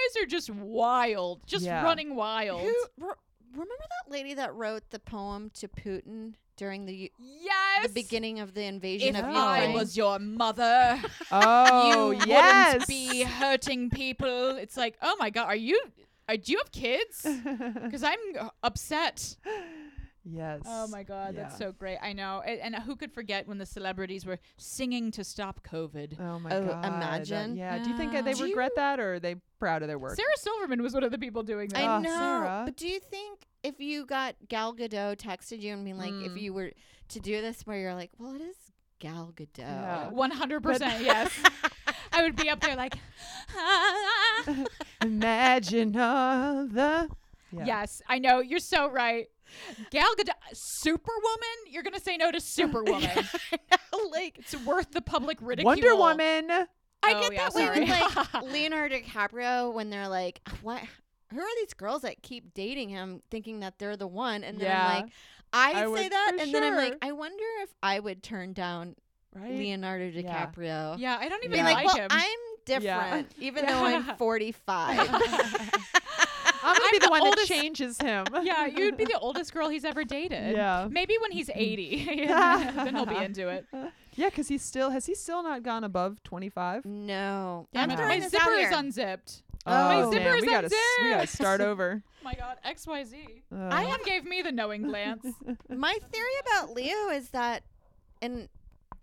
Speaker 2: guys are just wild, just
Speaker 4: Yeah.
Speaker 2: running wild.
Speaker 3: Who re- remember that lady that wrote the poem to Putin during the U-
Speaker 2: Yes.
Speaker 3: the beginning of the invasion
Speaker 2: If
Speaker 3: of
Speaker 2: I
Speaker 3: Ukraine?
Speaker 2: was your mother,
Speaker 4: oh
Speaker 2: you
Speaker 4: yes.
Speaker 2: wouldn't be hurting people. It's like, oh my god, are you? Are, do you have
Speaker 3: [laughs]
Speaker 2: kids? [laughs] Because I'm upset.
Speaker 4: [laughs] yes.
Speaker 2: Oh my god, that's
Speaker 4: Yeah.
Speaker 2: so great. I know. And, and who could forget when the celebrities were singing to stop COVID?
Speaker 4: Oh my
Speaker 3: Oh,
Speaker 4: god. that-
Speaker 3: imagine.
Speaker 4: yeah. Do you think uh,
Speaker 2: Yeah.
Speaker 4: they
Speaker 2: Do
Speaker 4: regret that, or are they proud of their work?
Speaker 2: Sarah Silverman was one of the people doing that.
Speaker 3: I
Speaker 4: Ah,
Speaker 3: know,
Speaker 4: Sarah.
Speaker 3: but do you think if you got Gal Gadot texted you and being like, if
Speaker 4: Mm.
Speaker 3: you were to do this, where you're like, well, it is Gal Gadot.
Speaker 4: Yeah.
Speaker 2: One hundred
Speaker 3: [laughs]
Speaker 2: percent, yes. I would be up there like,
Speaker 4: [laughs] Imagine all the. Yeah.
Speaker 3: [laughs]
Speaker 2: yes, I know you're so right. Gal Gadot, Superwoman. You're gonna say
Speaker 3: [laughs]
Speaker 2: no to Superwoman.
Speaker 3: like
Speaker 2: it's worth the public ridicule.
Speaker 4: Wonder Woman.
Speaker 3: I
Speaker 2: Oh,
Speaker 3: get
Speaker 2: yeah,
Speaker 3: that way with
Speaker 2: sorry. [laughs]
Speaker 3: like Leonardo DiCaprio when they're like, what? Who are these girls that keep dating him, thinking that they're the one? And then I'm like, I,
Speaker 4: I
Speaker 3: say
Speaker 4: would-
Speaker 3: that,
Speaker 4: for
Speaker 3: and then I'm like,
Speaker 4: sure.
Speaker 3: I wonder if I would turn down
Speaker 4: Right.
Speaker 3: Leonardo
Speaker 4: Yeah.
Speaker 3: DiCaprio.
Speaker 2: Yeah, I don't
Speaker 3: Be
Speaker 2: even
Speaker 4: Yeah.
Speaker 3: like,
Speaker 2: like,
Speaker 3: well,
Speaker 2: him.
Speaker 4: [laughs]
Speaker 3: I'm different,
Speaker 4: Yeah.
Speaker 3: even
Speaker 4: [laughs]
Speaker 3: though I'm 45.
Speaker 4: I'm gonna
Speaker 2: I'm
Speaker 4: be the,
Speaker 2: the
Speaker 4: one
Speaker 2: oldest-
Speaker 4: that changes him.
Speaker 2: [laughs] yeah, you'd
Speaker 4: [laughs]
Speaker 2: be the oldest girl he's ever dated.
Speaker 4: Yeah.
Speaker 2: Maybe when he's [laughs]
Speaker 4: [laughs]
Speaker 2: 80, then he'll be into it.
Speaker 4: Yeah, because he still has he still not gone above twenty five.
Speaker 3: [laughs]
Speaker 2: Mm,
Speaker 3: no,
Speaker 2: Damn
Speaker 3: I'm
Speaker 2: it.
Speaker 3: throwing
Speaker 2: My
Speaker 3: this
Speaker 2: zipper
Speaker 3: out
Speaker 2: is
Speaker 3: here.
Speaker 2: unzipped.
Speaker 3: My
Speaker 4: Oh, man,
Speaker 2: zipper's
Speaker 4: we gotta s- we gotta
Speaker 2: unzipped. [laughs]
Speaker 4: start over.
Speaker 2: my God, XYZ.
Speaker 4: Uh,
Speaker 2: I have gave me the knowing glance.
Speaker 3: My theory about Leo is that, and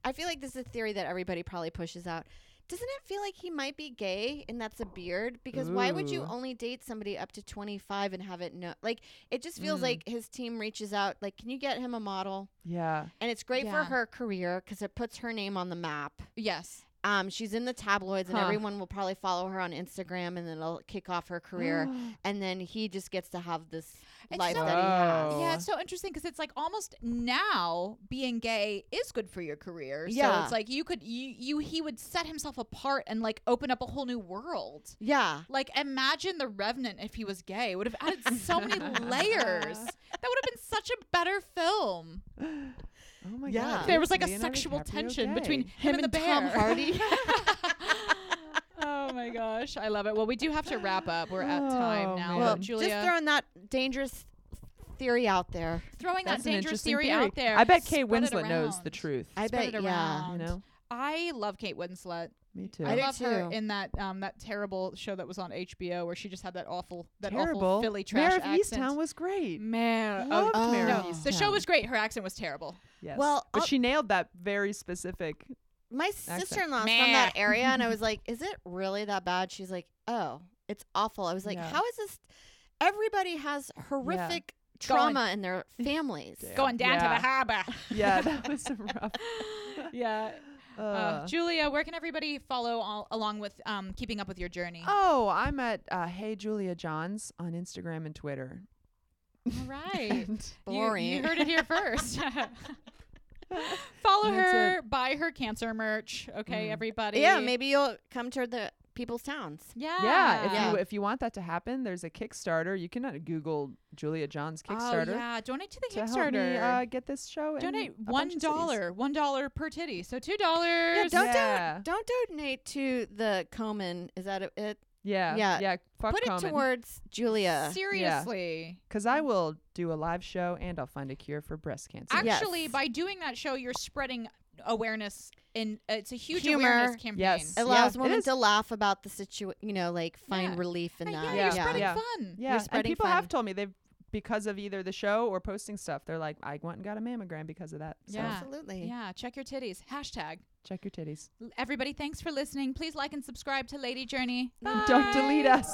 Speaker 3: I feel like this is a theory that everybody probably pushes out. Doesn't it feel like he might be gay and that's a beard? Because why would you
Speaker 4: Ooh.
Speaker 3: only date somebody up to 25 and have it no? Like, it just feels
Speaker 4: Mm.
Speaker 3: like his team reaches out, like, can you get him a model?
Speaker 4: yeah.
Speaker 2: [gasps]
Speaker 3: And it's great for
Speaker 2: Yeah.
Speaker 3: her career because it puts her name on the map.
Speaker 2: yes.
Speaker 3: Um, she's in the tabloids and
Speaker 2: Huh.
Speaker 3: everyone will probably follow her on Instagram and then it'll kick off
Speaker 2: [gasps]
Speaker 4: [gasps]
Speaker 3: her career.
Speaker 4: Oh
Speaker 3: and then he just gets to have this
Speaker 2: It's
Speaker 3: life
Speaker 2: so-
Speaker 3: that he has.
Speaker 4: Oh.
Speaker 2: Yeah, it's so interesting because it's like almost now being gay is good for your career. So
Speaker 3: Yeah.
Speaker 2: it's like you could you, you he would set himself apart and like open up a whole new world.
Speaker 3: Yeah.
Speaker 2: Like imagine the Revenant if he was gay. It Would have added [laughs] so many layers. That would have been such a better film.
Speaker 4: Oh my
Speaker 3: Yeah.
Speaker 4: god.
Speaker 2: There was like a
Speaker 4: Leonardo
Speaker 2: sexual
Speaker 4: DiCaprio
Speaker 2: tension
Speaker 4: gay. [laughs]
Speaker 2: between him, and, the
Speaker 3: Tom
Speaker 2: bear. [laughs]
Speaker 3: Hardy.
Speaker 2: oh my gosh, I love it. Well, we do have to wrap up. We're at
Speaker 4: Oh,
Speaker 2: time now.
Speaker 4: man.
Speaker 3: [laughs] Well,
Speaker 2: Julia,
Speaker 3: just throwing that dangerous theory out there.
Speaker 2: throwing
Speaker 4: That's
Speaker 2: that
Speaker 4: an
Speaker 2: dangerous
Speaker 4: interesting
Speaker 2: theory, out there.
Speaker 4: I bet
Speaker 2: Spread
Speaker 4: Kate
Speaker 2: it
Speaker 4: Winslet knows the
Speaker 2: around.
Speaker 4: truth.
Speaker 3: I
Speaker 2: Spread
Speaker 3: bet,
Speaker 2: it
Speaker 3: yeah.
Speaker 2: around.
Speaker 4: you know.
Speaker 2: I love Kate Winslet.
Speaker 4: Me too.
Speaker 3: I
Speaker 2: I
Speaker 3: do
Speaker 2: love her
Speaker 3: too.
Speaker 2: in that um that terrible show that was on HBO where she just had that awful that awful
Speaker 4: Terrible.
Speaker 2: Philly trash
Speaker 4: Mayor of
Speaker 2: accent. Mm.
Speaker 4: Easttown was great.
Speaker 2: Mayor of-
Speaker 4: Loved
Speaker 3: oh,
Speaker 4: Mayor
Speaker 2: no,
Speaker 4: of Easttown.
Speaker 2: the show was great. Her accent was terrible.
Speaker 4: Yes.
Speaker 3: Well,
Speaker 4: but
Speaker 3: I'll-
Speaker 4: she nailed that
Speaker 2: [laughs]
Speaker 4: very specific.
Speaker 3: My
Speaker 4: Accent.
Speaker 3: sister in law's from
Speaker 2: Meh.
Speaker 3: that area, and I was like, "Is it really that bad?" She's like, "Oh, it's awful." I was like,
Speaker 4: Yeah.
Speaker 3: "How is this?" Everybody has horrific trauma in their families.
Speaker 4: Yeah.
Speaker 2: Going down to the harbor.
Speaker 4: Yeah,
Speaker 2: [laughs]
Speaker 4: that [laughs] was a rough.
Speaker 2: yeah.
Speaker 4: [laughs] Uh,
Speaker 2: Uh, Julia, where can everybody follow all, along with um, keeping up with your journey?
Speaker 4: oh, I'm at uh, Hey Julia Johns on Instagram and Twitter. [laughs]
Speaker 2: All right.
Speaker 4: And-
Speaker 3: Boring.
Speaker 2: You, you heard
Speaker 4: [laughs]
Speaker 2: it here first. Follow
Speaker 4: That's
Speaker 2: her, buy her cancer merch, okay,
Speaker 4: Mm.
Speaker 2: everybody.
Speaker 3: yeah, maybe you'll come to the people's towns.
Speaker 2: Yeah.
Speaker 4: yeah, if
Speaker 2: Ah.
Speaker 3: Yeah.
Speaker 4: you if you want that to happen, there's a Kickstarter. You can uh, Google Julia Johns
Speaker 2: Oh,
Speaker 4: Kickstarter
Speaker 2: yeah. Donate to the
Speaker 4: to help
Speaker 2: Kickstarter.
Speaker 4: me uh, get this show. in
Speaker 2: Donate
Speaker 4: a
Speaker 2: one
Speaker 4: bunch of cities.
Speaker 2: dollar, one dollar per titty, so two dollars.
Speaker 3: don't do-
Speaker 4: yeah.
Speaker 3: Don't donate to the Komen. Is that it?
Speaker 4: Yeah,
Speaker 3: Yeah.
Speaker 4: yeah, yeah. Fuck
Speaker 3: Put it towards Julia.
Speaker 2: Seriously.
Speaker 4: because I will do a live show and I'll find a cure for breast cancer.
Speaker 3: Ac- Yes.
Speaker 2: Actually, by doing that show, you're spreading awareness, and it's a huge
Speaker 3: Humor.
Speaker 2: awareness campaign.
Speaker 4: Yes.
Speaker 3: It
Speaker 4: Yeah,
Speaker 3: allows
Speaker 4: it
Speaker 3: women
Speaker 4: is.
Speaker 3: to laugh about the situation, you know, like find
Speaker 2: Yeah.
Speaker 3: relief in
Speaker 2: Hey,
Speaker 3: that.
Speaker 2: yeah,
Speaker 4: Yeah.
Speaker 2: you're spreading
Speaker 4: Yeah.
Speaker 2: fun.
Speaker 4: yeah, and
Speaker 3: spreading
Speaker 4: people have
Speaker 3: fun.
Speaker 4: told me they've because of either the show or posting stuff. They're like, I went and got a mammogram because of that. So
Speaker 2: Yeah.
Speaker 3: Absolutely.
Speaker 2: Yeah, check your titties. Hashtag.
Speaker 4: check your titties.
Speaker 2: L- Everybody, thanks for listening. Please like and subscribe to Lady Journey. Bye.
Speaker 4: Don't delete us.